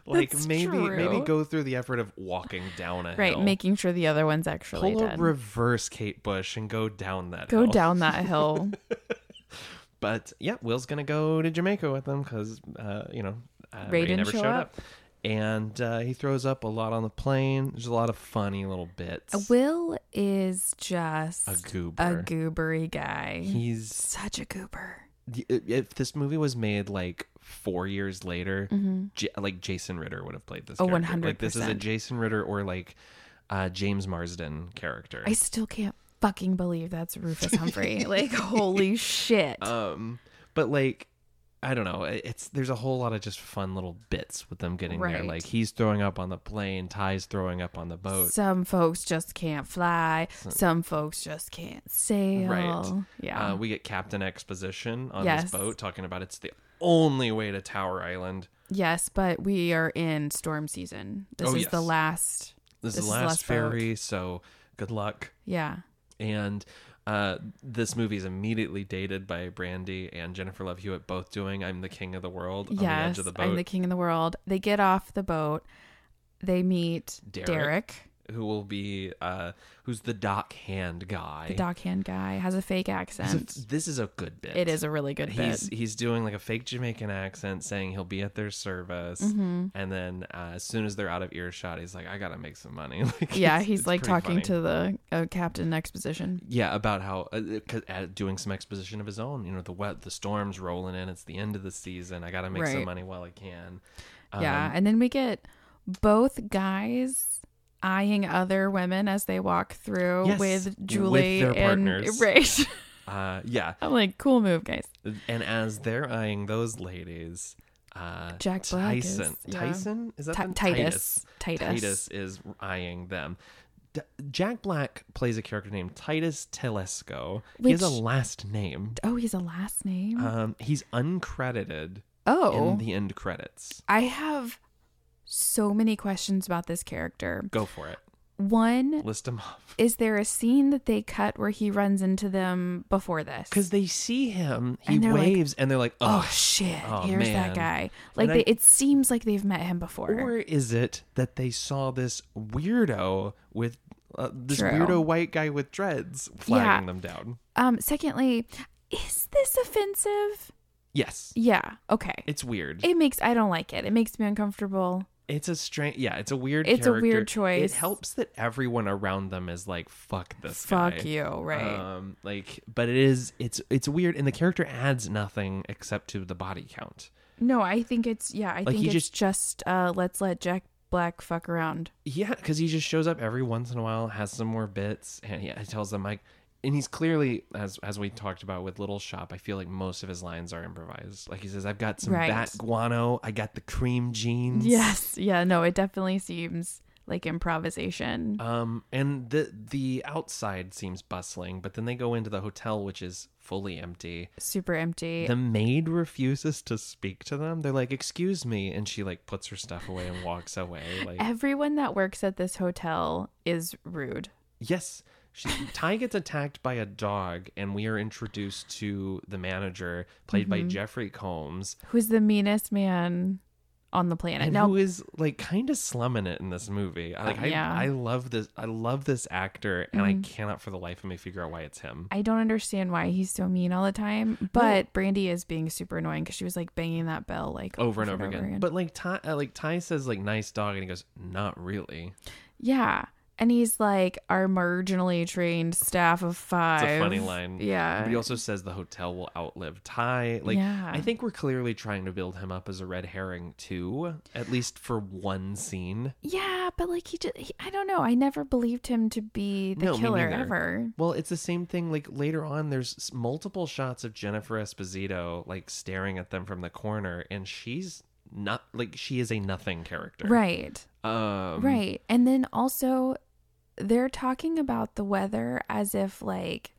like
That's
maybe maybe
true.
go through the effort of walking down a
Right,
hill.
making sure the other one's actually
pull a
dead.
reverse Kate Bush and go down that
Go
hill.
down that hill.
But yeah, Will's gonna go to Jamaica with them because uh, you know uh,
Ray
Ray
didn't
never
show
showed
up.
up. And uh, he throws up a lot on the plane. There's a lot of funny little bits.
Will is just
A
a
goober.
goobery guy.
He's
Such a goober.
the- if this movie was made like four years later, J- like Jason Ritter would have played this.
Mm-hmm. Oh,
character. Like this is a
100%.
Jason Ritter or like uh, James Marsden character.
I still can't fucking believe that's Rufus Humphrey. like, holy shit.
um, but like. I don't know. it- It's there's a whole lot of just fun little bits with them getting there.
Right.
Like he's throwing up on the plane, Ty's throwing up on the boat.
Some folks just can't fly. Some folks just can't sail.
Right.
Yeah.
Uh, we get Captain Exposition on
Yes.
this boat talking about it's the only way to Tower Island.
yes, but we are in storm season. This
Oh,
is the
yes.
last. This
This, is
is
the last,
last boat.
ferry, so good luck.
Yeah.
and uh, this movie is immediately dated by Brandy and Jennifer Love Hewitt both doing "I'm the King of the World" on the edge
yes.
of the boat,
I'm the king of the world. They get off the boat. They meet
Derek.
Derek,
who will be uh, who's the dock hand guy.
the dockhand guy, has a fake
He's eh? a-
accent.
this is a good bit.
it is a really good bit.
He's he's doing like a fake Jamaican accent, saying he'll be at their service,
Mm-hmm.
and then uh, as soon as they're out of earshot, he's like, "I gotta make some money." Like,
yeah,
it's-
he's
it's
like
pretty
talking
funny.
to the uh, captain exposition.
Yeah, about how uh, uh, 'cause- uh, doing some exposition of his own. You know, the wet, the storm's rolling in. It's the end of the season. I got to make some
Right.
money while I can. Um,
yeah, and then we get both guys eyeing other women as they walk through
Yes,
with
with
Julie
their
and
partners.
right.
Uh, yeah,
I'm like, cool move, guys.
and as they're eyeing those ladies, uh,
Jack Black is-
Tyson,
yeah.
Tyson is that
Ti-
the-
Titus.
Titus,
Titus.
Titus is eyeing them. D- Jack Black plays a character named Titus Telesco. he has a
Which-
last name.
Oh, he's a last name.
Um, he's uncredited
oh,
in the end credits.
I have so many questions about this character.
Go for it.
One,
List him off.
is there a scene that they cut where he runs into them before this?
Because they see him, he
And they're like,
waves, and they're like,
oh
oh.
shit,
Oh,
here's
man.
that guy. Like
I-
they, it seems like they've met him before.
Or is it that they saw this weirdo with uh, this
True.
weirdo white guy with dreads flagging them down?
Um, secondly, is this offensive?
Yes.
Yeah. Okay.
It's weird.
It makes I don't like it. It makes me uncomfortable.
it's a strange, yeah, it's a weird
It's a
character.
weird choice.
It helps that everyone around them is like, fuck this guy.
Fuck you, right?
Um, like, but it is, it's, it's weird. And the character adds nothing except to the body count.
no, I think it's yeah. I think
he
it's
just-
just uh, let's let Jack Black fuck around.
Yeah, because he just shows up every once in a while, has some more bits, and he, he tells them like, and he's clearly as as we talked about with Little Shop. I feel like most of his lines are improvised. Like he says, "I've got some
Right.
bat guano, I got the cream jeans."
Yes. Yeah. No, it definitely seems like improvisation.
Um, and the the outside seems bustling, but then they go into the hotel, which is fully empty.
Super empty.
The maid refuses to speak to them. They're like, "Excuse me," and she like puts her stuff away and walks away. Like,
Everyone that works at this hotel is rude.
Yes. She, Ty gets attacked by a dog, and we are introduced to the manager, played by Jeffrey Combs,
Who's the meanest man on the planet?
and
Now,
who is like kind of slumming it in this movie. I- Like, I,
yeah.
I love this. I love this actor, and I cannot for the life of me figure out why it's him.
I don't understand why he's so mean all the time, but Brandy is being super annoying because she was like banging that bell like
Over and over, again. But like Ty, uh, like Ty says, like nice dog, and he goes, "Not really."
yeah, And he's like, our marginally trained staff of five.
It's a funny line. But
Yeah.
he also says the hotel will outlive Ty. Like,
Yeah.
I think we're clearly trying to build him up as a red herring, too, at least for one scene.
yeah, but like he just, he, I don't know. I never believed him to be the
No, me
killer
neither.
ever.
Well, it's the same thing. Like, later on, there's s- multiple shots of Jennifer Esposito, like, staring at them from the corner, and she's not, like, she is a nothing character.
Right.
Um,
Right. And then also, they're talking about the weather as if like,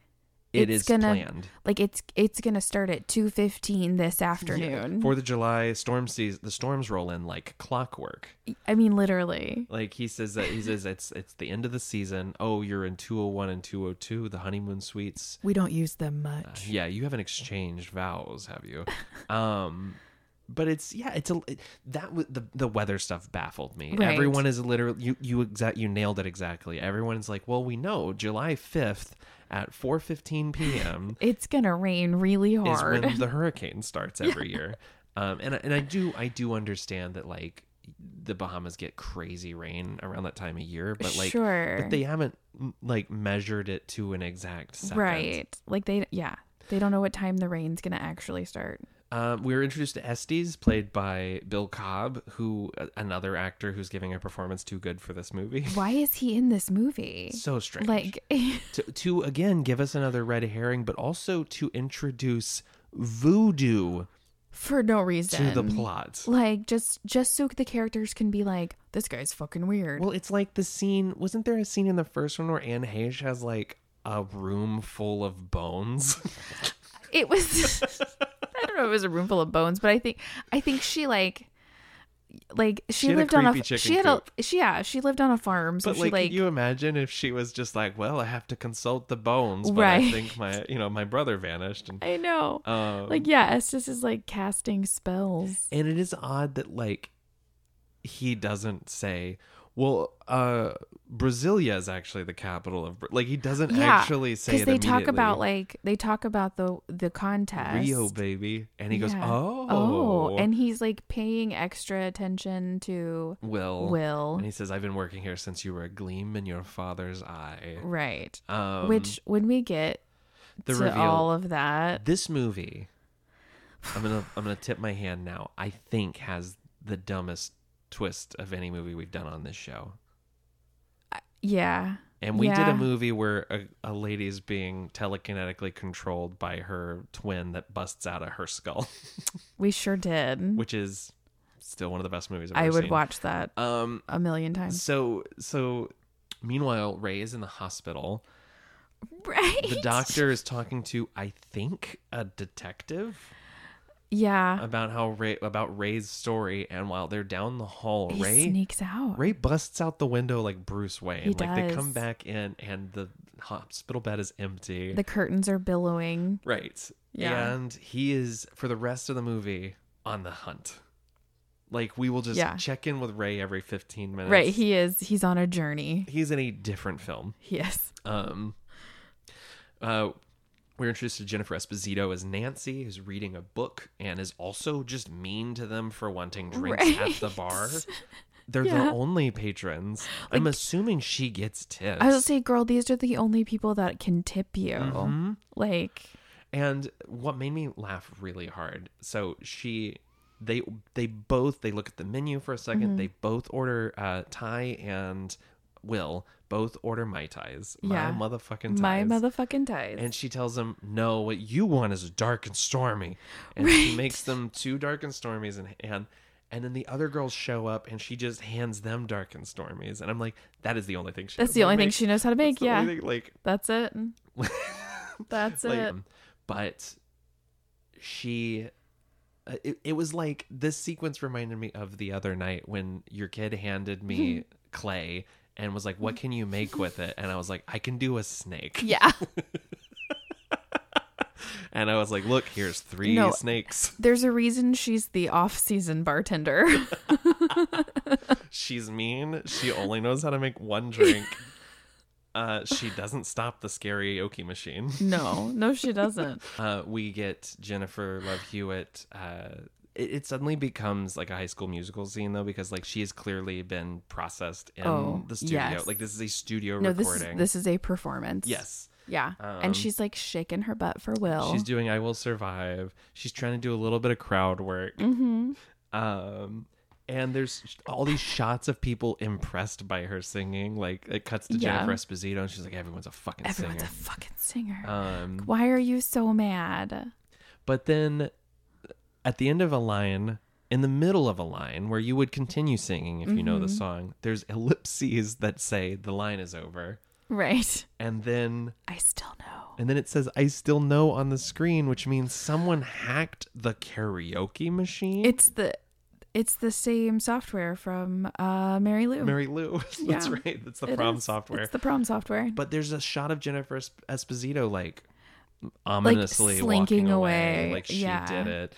It
It's
is
gonna-
planned.
like it's it's gonna start at two fifteen this afternoon.
Fourth of July storm season. The storms roll in like clockwork.
I mean, literally.
Like he says that he says it's it's the end of the season. Oh, you're in 201 and 202, the honeymoon suites. Uh,
We don't use them much.
Yeah, you haven't exchanged vows, have you? Um but it's yeah, it's a it, that was the the weather stuff baffled me.
Right.
Everyone is literally you you exact you nailed it exactly. Everyone's like, "Well, we know July 5th at 4:15 p.m."
It's gonna rain really
is
hard.
when the hurricane starts every year. Um, and I- and I do I do understand that like the Bahamas get crazy rain around that time of year, but like
sure.
but they haven't m- like measured it to an exact second.
Right. Like they yeah. They don't know what time the rain's gonna actually start.
Um, we were introduced to Estes, played by Bill Cobb, who a- another actor who's giving a performance too good for this movie.
Why is he in this movie?
so strange.
Like
to, to again give us another red herring, but also to introduce voodoo
for no
to
reason.
the plot.
Like just just so the characters can be like, this guy's fucking weird.
Well, it's like the scene. Wasn't there a scene in the first one where Anne Heche has like a room full of bones?
it was I don't know if it was a room full of bones, but I think I think she like like she,
She had a
lived on a
creepy chicken
she had a she yeah, she lived on a farm, so
but
she
like,
like,
can you imagine if she was just like, "Well, I have to consult the bones, but I
Right.
think my you know my brother vanished." And
I know.
um,
like yeah, Estes is like casting spells.
and it is odd that like he doesn't say. Well, uh, Brasilia is actually the capital of Bra-" like he doesn't
Yeah,
actually say
Because
it
they talk
immediately.
about like they talk about the the contest.
Rio baby, and he goes,
Yeah.
"Oh,
Oh, and he's like paying extra attention to
Oh,
Will.
And he says, I've been working here since you were a gleam in your father's eye.
Right.
Um,
Which when we get
the
to
reveal.
all of that,
This movie, I'm gonna I'm gonna tip my hand now. I think has the dumbest twist of any movie we've done on this show.
yeah.
And we did
Yeah.
a movie where a, a lady's being telekinetically controlled by her twin that busts out of her skull,
We sure did.
which is still one of the best movies I've
I
ever
would
seen.
watch that
Um.
a million times.
So so, meanwhile, Ray is in the hospital.
Right.
the doctor is talking to I think a detective
Yeah.
about how Ray about Ray's story and while they're down the hall
he
Ray
sneaks out.
Ray busts out the window like Bruce Wayne
He
like they
does.
come back in and the hospital bed is empty
The curtains are billowing.
right
Yeah.
and he is for the rest of the movie on the hunt like we will just
Yeah.
check in with Ray every 15 minutes
Right. He is. He's on a journey.
he's in a different film
Yes.
Um, uh, we're introduced to Jennifer Esposito as Nancy, who's reading a book and is also just mean to them for wanting drinks at the
Right.
bar. They're
Yeah.
the only patrons. I'm assuming she gets tips.
I would say, girl, these are the only people that can tip you.
Mm-hmm.
Like,
And what made me laugh really hard. So she, they, they both they look at the menu for a 2nd
Mm-hmm.
They both order uh, Thai and Will both order mai tais.
Yeah.
My motherfucking tais.
my motherfucking ties.
And she tells him, "No, what you want is dark and stormy." And she makes them two dark and stormies in hand. And then the other girls show up, and she just hands them dark and stormies. And I'm like, "That is the only thing she.
That's
knows
the
how to
only thing
make."
she knows how to make.
That's the
yeah.
only thing, like,
That's it. That's
like,
it.
um, but she. uh, It, it was like this sequence reminded me of the other night when your kid handed
Mm-hmm.
me clay and was like, "What can you make with it?" And I was like, "I can do a snake."
Yeah.
And I was like, "Look, here's three
No.
snakes."
There's a reason she's the off season bartender.
She's mean. She only knows how to make one drink. Uh, she doesn't stop the scary karaoke machine.
no, no, she doesn't.
Uh, we get Jennifer Love Hewitt uh, it, it suddenly becomes like a high school musical scene though because like she has clearly been processed in
Oh,
the studio
yes.
like this is a studio
No, this is,
recording
this is a performance.
yes
Yeah.
Um,
and she's like shaking her butt for Will.
she's doing i will survive she's trying to do a little bit of crowd work
hmm
um and there's sh- all these shots of people impressed by her singing like it cuts to
Yeah.
jennifer esposito and she's like everyone's a fucking
Everyone's
singer
a fucking singer.
um
Why are you so mad?
But then uh, at the end of a line, in the middle of a line where you would continue singing if you know
Mm-hmm.
the song, there's ellipses that say the line is over.
Right.
And then
I still know.
and then it says I still know on the screen, which means someone hacked the karaoke machine.
It's the it's the same software from uh Mary Lou.
Mary Lou. That's
Yeah.
right. That's the
It
prom
is.
software.
It's the prom software.
but there's a shot of Jennifer Es- Esposito like ominously
slinking
walking
away.
Like she
Yeah.
did it.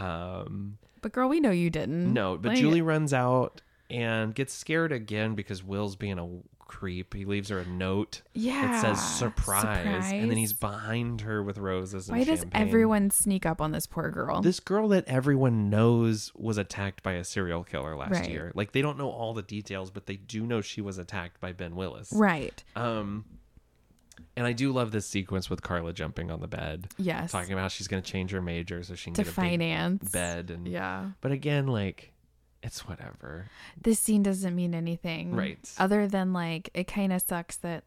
Um
But girl, we know you didn't.
No, but
Like,
Julie runs out and gets scared again because Will's being a creep. He leaves her a note
yeah,
that says surprise, and then he's behind her with roses and
Why does
champagne.
everyone sneak up on this poor girl?
This girl that everyone knows was attacked by a serial killer last
Right.
year. Like they don't know all the details, but they do know she was attacked by Ben Willis.
right.
Um and I do love this sequence with Carla jumping on the bed,
Yes.
talking about how she's going to change her major so she can
to
get a big
finance.
bed and
Yeah.
But again, like it's whatever.
This scene doesn't mean anything.
Right.
Other than like it kind of sucks that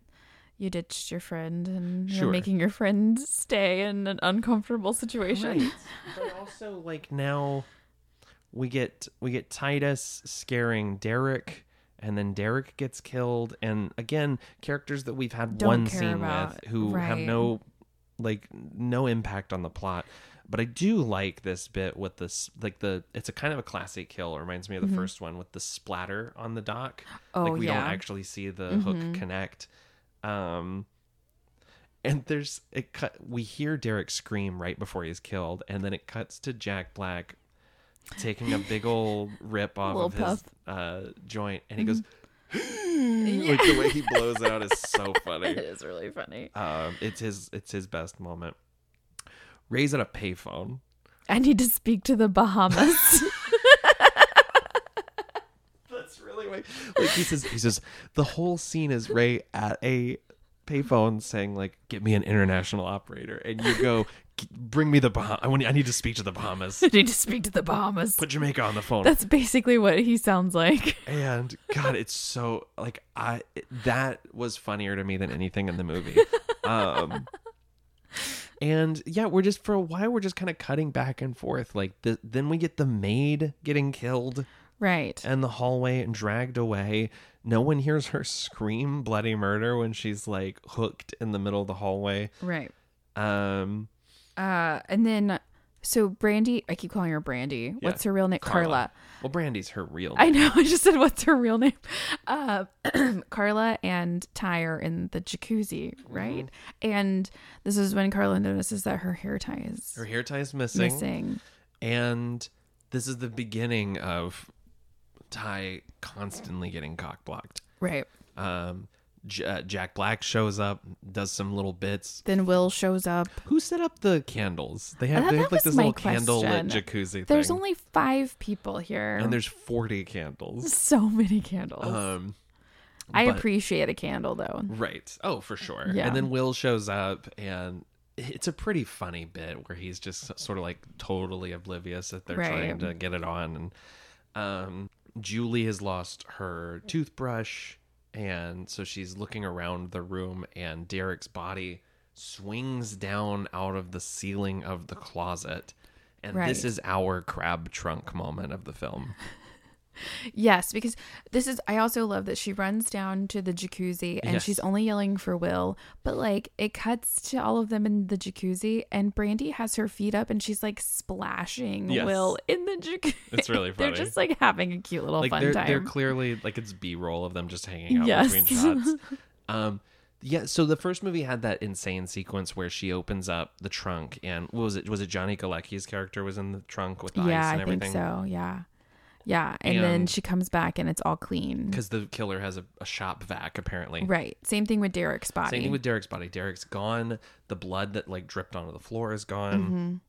you ditched your friend and
Sure.
you're making your friend stay in an uncomfortable situation.
Right. but also like now we get we get Titus scaring Derek and then Derek gets killed and again characters that we've had
Don't
one
care
scene
about-
with who have
right.
no like no impact on the plot. But I do like this bit with this like the it's a kind of a classic kill. It reminds me of the
Mm-hmm.
first one with the splatter on the dock.
Oh,
like we
yeah. Mm-hmm.
don't actually see the hook connect. Um and there's it cut we hear derek scream right before he's killed and then it cuts to jack black taking a big old rip off
Little
of his uh, joint and he goes
Mm-hmm.
like the way he blows it out is so
it
funny
is really funny.
um, it's his it's his best moment ray's at a payphone
I need to speak to the Bahamas.
that's really what like he says he says the whole scene is ray at a payphone saying like get me an international operator and you go "G- bring me the Bahamas. I, want- I need to speak to the bahamas
I need to speak to the Bahamas.
put jamaica on the phone
That's basically what he sounds like.
and god it's so like i that was funnier to me than anything in the movie um and yeah we're just for a while we're just kind of cutting back and forth like the, then we get the maid getting killed
Right.
in the hallway and dragged away no one hears her scream bloody murder when she's like hooked in the middle of the hallway
Right.
um
Uh, and then, so Brandy, I keep calling her Brandy. What's her real name? Carla.
well brandy's her real
I know. I just said, what's her real name? Uh, Carla and Ty are in the jacuzzi,
Mm-hmm.
right? And this is when Carla notices that her hair tie is
her hair tie's
missing.
and this is the beginning of Ty constantly getting cock blocked.
Right.
Um, J- uh, Jack Black shows up, does some little bits.
Then Will shows up.
Who set up the candles? They have,
Uh,
they
that
have like this
was my
little candle lit jacuzzi
There's
thing,
only five people here.
and there's forty candles.
so many candles.
Um,
I
but-
appreciate a candle though.
right. Oh, for sure.
Yeah.
And then Will shows up, and it's a pretty funny bit where he's just sort of like totally oblivious that they're
Right.
trying to get it on, and um, Julie has lost her toothbrush, and so she's looking around the room, and Derek's body swings down out of the ceiling of the closet. And
Right.
this is our crab trunk moment of the film.
Yes, because this is I also love that she runs down to the jacuzzi and
Yes.
she's only yelling for Will, but like it cuts to all of them in the jacuzzi and Brandy has her feet up and she's like splashing
Yes.
Will in the jacuzzi.
It's really funny.
They're just like having a cute little
like
fun
they're
time.
they're clearly like it's b-roll of them just hanging out
Yes.
between shots um yeah so the first movie had that insane sequence where she opens up the trunk and what was it was it johnny galecki's character was in the trunk with the
yeah,
ice and
I
everything
think so. Yeah. Yeah, and, then
And-
she comes back and it's all clean.
because the killer has a, a shop vac apparently
Right. Same thing with Derek's body. Mm-hmm.
same thing with derek's body derek's gone the blood that like dripped onto the floor is gone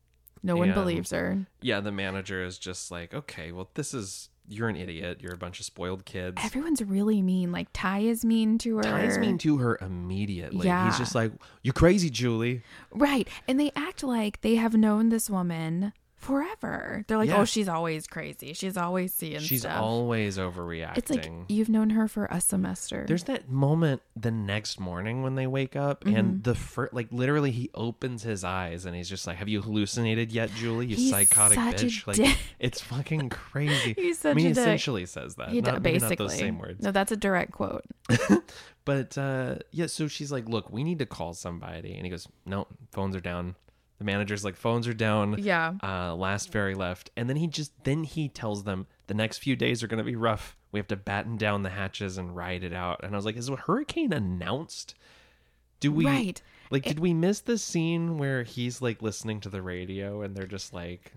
No one
And-
believes her.
Yeah, the manager is just like, okay, well, this is you're an idiot. You're a bunch of spoiled kids.
Everyone's really mean. Like Ty is mean to her.
Ties mean to her immediately.
Yeah.
He's just like, you're crazy, Julie.
Right. And they act like they have known this woman forever. They're like,
Yeah.
oh, she's always crazy. She's always seeing
She's
stuff.
always overreacting.
it's like you've known her for a semester.
There's that moment the next morning when they wake up,
Mm-hmm.
and the first, like, literally, he opens his eyes and he's just like, "Have you hallucinated yet, Julie? You
He's
psychotic
such a
bitch!" like,
dick.
it's fucking crazy.
He's such
I mean,
a
he
dick.
essentially says that.
he d-
not, maybe
basically.
not those same words.
No, that's a direct quote.
But uh, yeah, so she's like, "Look, we need to call somebody," and he goes, "No, phones are down." The manager's like, "Phones are down."
Yeah.
Uh, last ferry left, and then he just then he tells them the next few days are going to be rough. We have to batten down the hatches and ride it out. And I was like, "Is a hurricane announced? Do we
right.
like? Did we miss the scene where he's like listening to the radio and they're just like,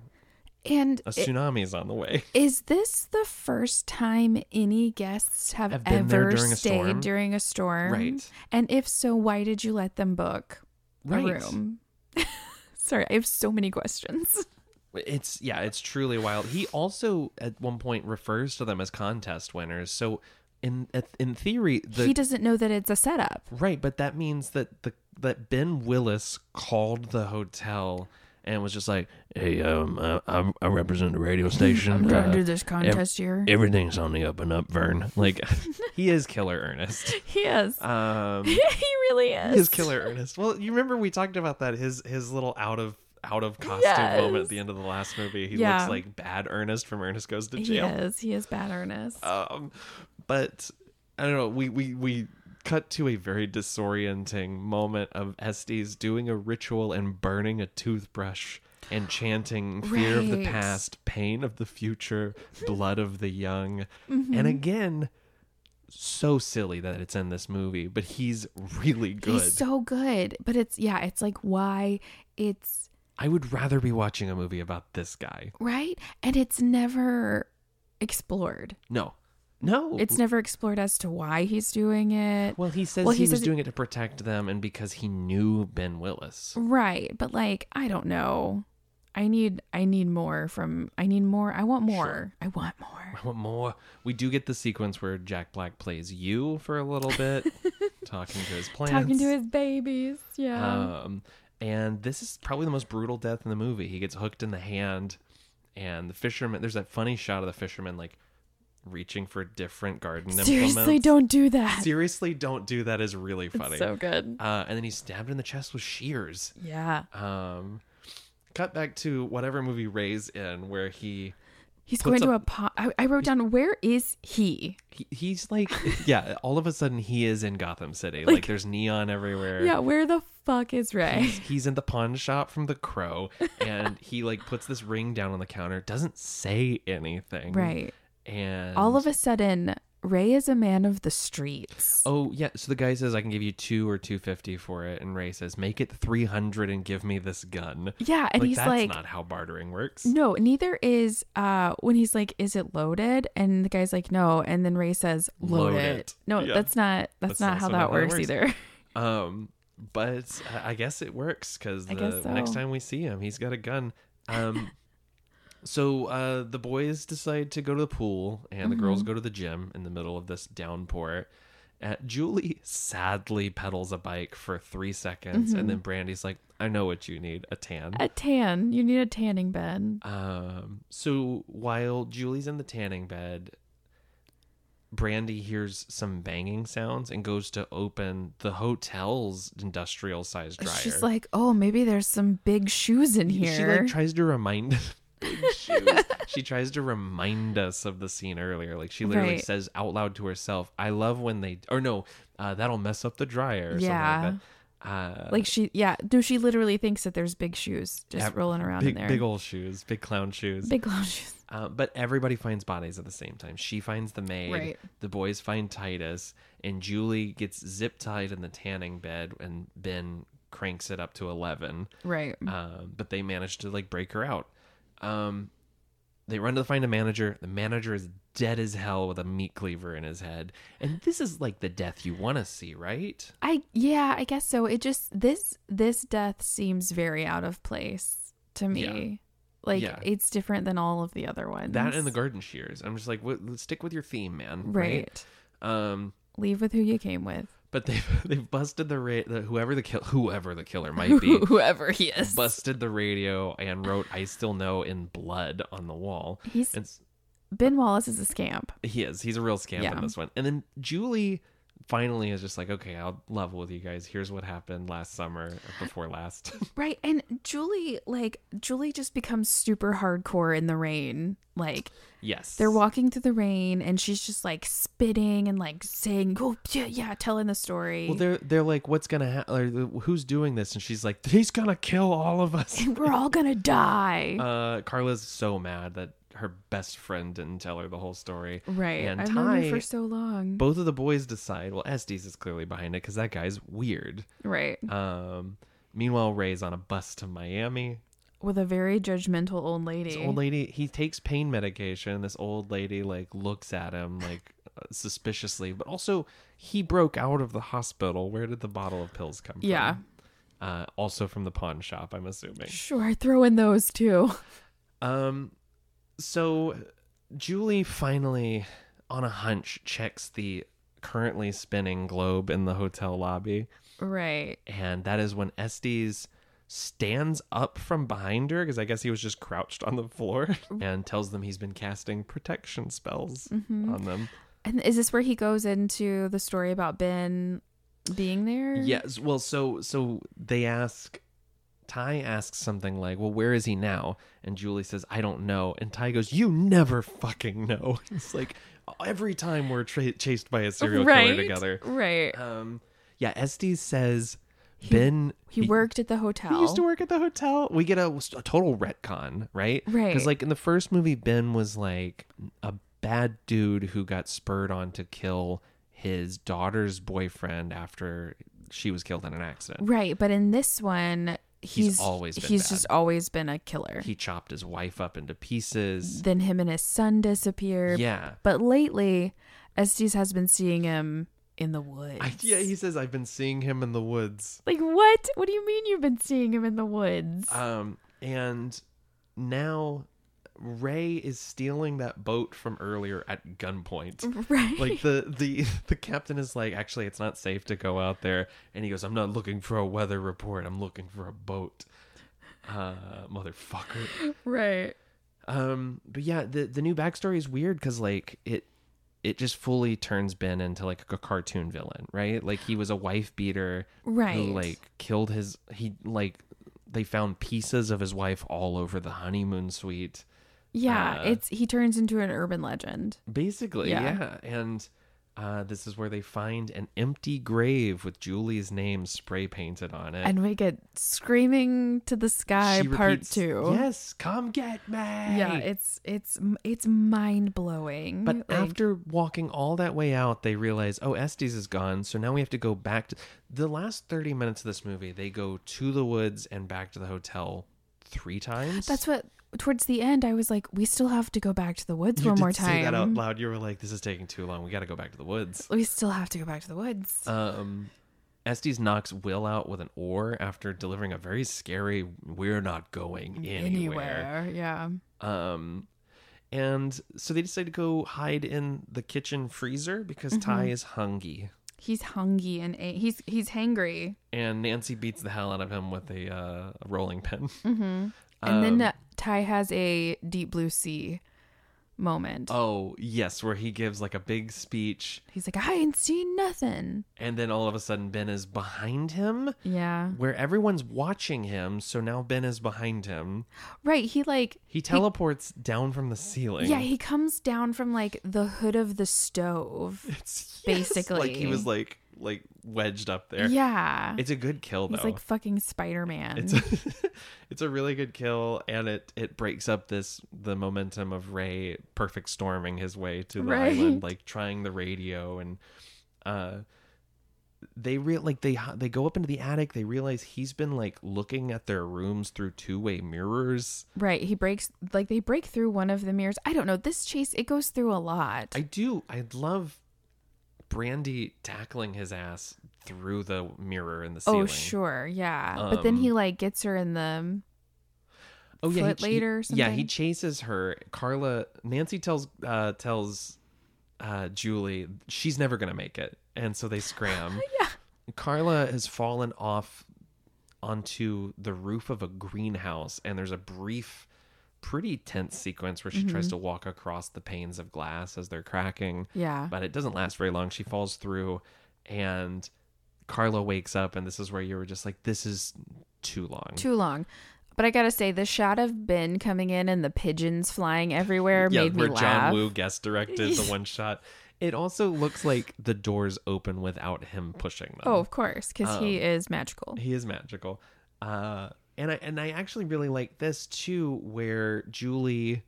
And
a
i-
tsunami is on the way?"
is this the first time any guests have,
Have been there
ever
during a
stayed
storm?
during a storm?
Right.
And if so, why did you let them book
Right.
a room? Sorry, I have so many questions.
It's yeah, it's truly wild. He also at one point refers to them as contest winners. So in in theory, the
he doesn't know that it's a setup.
right, but that means that the that Ben Willis called the hotel and was just like,
Hey, um, I, I, I represent a radio station.
I'm trying
Uh,
to do this contest here.
everything's on the up and up, Vern.
like he is killer Ernest.
he is.
Um,
he really is.
he is killer Ernest. Well, you remember we talked about that his his little out of out of costume moment
Yes.
at the end of the last movie. He
Yeah.
looks like bad Ernest from Ernest Goes to
He
Jail.
is. He is bad earnest.
um but i don't know we we we cut to a very disorienting moment of estes doing a ritual and burning a toothbrush and chanting fear of the
Right.
past pain of the future blood of the young
Mm-hmm.
and again so silly that it's in this movie but he's really good
He's so good. But it's yeah, it's like why it's
i would rather be watching a movie about this guy
right? And it's never explored.
no no
It's never explored as to why he's doing it.
well he says
well,
he,
he
was
says-
doing it to protect them and because he knew ben willis
Right. But like, I don't know. I need I need more from I need more. I want more. I want more.
I want more. We do get the sequence where Jack Black plays you for a little bit, talking to his plants.
Talking to his uh, babies. Yeah.
Um, and this is probably the most brutal death in the movie. He gets hooked in the hand, and the fisherman. There's that funny shot of the fisherman like reaching for different garden
Seriously,
implements.
don't do that.
Seriously, don't do that. Is really funny.
So good.
uh, and then he's stabbed in the chest with shears.
Yeah.
Um, cut back to whatever movie Ray's in, where he
He's going
puts
to a
up-
pot. I, I wrote down, where is he?
he, he's like yeah all of a sudden he is in gotham city like,
Like-
there's neon everywhere
Yeah, where the fuck is Ray?
he's, he's in the pawn shop from the crow and he like puts this ring down on the counter doesn't say anything
Right.
and
All of a sudden, Ray is a man of the streets.
oh yeah so the guy says i can give you two or 250 for it and ray says make it 300 and give me this gun
yeah, and
like
he's
that's
like,
not how bartering works
no, neither is uh when he's like, is it loaded? And the guy's like, no. And then Ray says, load,
Load
it.
it.
No,
Yeah.
that's not that's,
That's
not
also
how
not
that
how it
works,
works.
either.
um but I- i guess it works because
I guess so.
next time we see him he's got a gun um so uh the boys decide to go to the pool and the
Mm-hmm.
girls go to the gym in the middle of this downpour uh, julie sadly pedals a bike for three seconds
Mm-hmm.
and then brandy's like i know what you need a tan
a tan. You need a tanning bed.
um so while julie's in the tanning bed brandy hears some banging sounds and goes to open the hotel's industrial sized dryer
It's just like, oh, maybe there's some big shoes in here.
She like tries to remind Big shoes. she tries to remind us of the scene earlier. Like she literally
Right.
says out loud to herself, "I love when they or no, uh, that'll mess up the dryer." Or
Yeah.
something like that. Uh,
Like she, yeah, no, she literally thinks that there's big shoes just
ev-
rolling around
big,
in there.
big old shoes, big clown shoes.
big long shoes.
Uh, but everybody finds bodies at the same time. She finds the maid.
Right.
The boys find Titus, and Julie gets zip tied in the tanning bed, and Ben cranks it up to eleven.
Right.
um, but they managed to like break her out. Um, they run to find a manager. The manager is dead as hell with a meat cleaver in his head, and this is like the death you want to see, right?
I yeah, I guess so. It just this this death seems very out of place to me. Like
Yeah.
it's different than all of the other ones.
That and the garden shears. I'm just like, what, let's stick with your theme, man.
right.
Um,
Leave with who you came with.
but they've they've busted the, ra- the whoever the kill whoever the killer might be
Whoever he is.
busted the radio and wrote "I still know" in blood on the wall.
He's
And s-
Ben Wallace is a scamp.
he is he's a real scamp
Yeah.
in this one. And then Julie finally is just like, okay, I'll level with you guys. Here's what happened last summer before last.
Right. And Julie, like, Julie just becomes super hardcore in the rain. Like,
yes,
they're walking through the rain and she's just like spitting and like saying, oh, yeah, yeah, telling the story.
Well, they're they're like, what's gonna happen? Who's doing this? And she's like, he's gonna kill all of us.
and we're all going to die.
Uh, Carla's so mad that her best friend didn't tell her the whole story.
right.
and
I've known
Ty-
her for so long.
Both of the boys decide. Well, Estes is clearly behind it because that guy's weird.
right.
Um, meanwhile, Ray's on a bus to Miami.
With a very judgmental old lady.
This old lady, he takes pain medication. This old lady like looks at him like uh, suspiciously, but also he broke out of the hospital. Where did the bottle of pills come from?
Yeah.
Uh, also from the pawn shop, I'm assuming.
Sure. Throw in those too.
Um, so Julie finally, on a hunch, checks the currently spinning globe in the hotel lobby,
Right.
and that is when Estes stands up from behind her because I guess he was just crouched on the floor and tells them he's been casting protection spells
Mm-hmm.
on them.
And is this where he goes into the story about Ben being there?
Yes, well, so so they ask. Ty asks something like, "Well, where is he now?" And Julie says, "I don't know." And Ty goes, "You never fucking know." It's like every time we're tra- chased by a serial
right.
killer together.
Right.
Um, yeah, Estes says Ben
He worked at the hotel.
He used to work at the hotel. We get a, a total retcon, right?
Right.
Because like in the first movie, Ben was like a bad dude who got spurred on to kill his daughter's boyfriend after she was killed in an accident.
Right, but in this one, he's,
always been
he's
bad.
just always been a killer.
He chopped his wife up into pieces.
then him and his son disappear.
Yeah.
But lately, Estes has been seeing him in the woods.
I, yeah, he says I've been seeing him in the woods.
like what? What do you mean you've been seeing him in the woods?
Um, and now Ray is stealing that boat from earlier at gunpoint.
right.
like the the the captain is like actually it's not safe to go out there and he goes i'm not looking for a weather report i'm looking for a boat uh motherfucker
right.
um but yeah the the new backstory is weird because like it it just fully turns ben into like a cartoon villain right like he was a wife beater
Right.
who like killed his he like they found pieces of his wife all over the honeymoon suite
Yeah,
uh,
it's he turns into an urban legend.
Basically, yeah.
Yeah.
And uh, this is where they find an empty grave with Julie's name spray painted on it.
And we get screaming to the sky part
repeats,
2.
Yes, come get me.
Yeah, it's it's it's mind-blowing.
But
Like,
after walking all that way out, they realize, oh, Estes is gone. So now we have to go back to the last 30 minutes of this movie. They go to the woods and back to the hotel three times.
That's what towards the end I was like, we still have to go back to the woods
you
one
did
more
Say that out
time.
loud. You were like, this is taking too long. We got to go back to the woods.
We still have to go back to the woods.
Um, Estes knocks Will out with an oar after delivering a very scary "We're not going anywhere."
Anywhere. Yeah.
Um, and so they decide to go hide in the kitchen freezer because
Mm-hmm.
Ty is hungry,
He's hungry and a- he's he's hangry.
and Nancy beats the hell out of him with a, uh, a rolling pin.
Mm-hmm.
Um,
And then uh, Ty has a deep blue sea moment.
oh yes, where he gives like a big speech,
he's like, I ain't seen nothing.
and then all of a sudden Ben is behind him.
Yeah.
Where everyone's watching him, so now Ben is behind him.
Right. He like
He teleports down from the ceiling.
yeah, he comes down from like the hood of the stove.
It's- yes, like he
Basically.
was like like wedged up there.
Yeah.
It's a good kill though.
he's like fucking Spider-Man.
it's a, it's a really good kill and it it breaks up this the momentum of Ray perfect storming his way to the
Right.
island like trying the radio and uh they real like they h- they go up into the attic they realize he's been like looking at their rooms through two-way mirrors
Right. He breaks like they break through one of the mirrors. I don't know. This chase it goes through a lot.
I do. I love Brandy tackling his ass through the mirror in the ceiling. Um,
oh sure, yeah. but then he like gets her in the
Oh yeah,
foot later or
Yeah, he
something?
chases her. Carla Nancy tells uh tells uh Julie she's never going to make it. And so they scram.
Yeah.
Carla has fallen off onto the roof of a greenhouse and there's a brief pretty tense sequence where she tries
Mm-hmm.
to walk across the panes of glass as they're cracking
Yeah.
but it doesn't last very long. She falls through, and Carla wakes up, and this is where you were just like, "This is too long."
Too long. But I gotta say, the shot of Ben coming in and the pigeons flying everywhere
yeah,
made me
where
laugh.
John Woo guest directed the one shot. It also looks like the doors open without him pushing them.
Oh, of course, because
um,
he is magical.
He is magical. Uh, and I and I actually really like this too, where Julie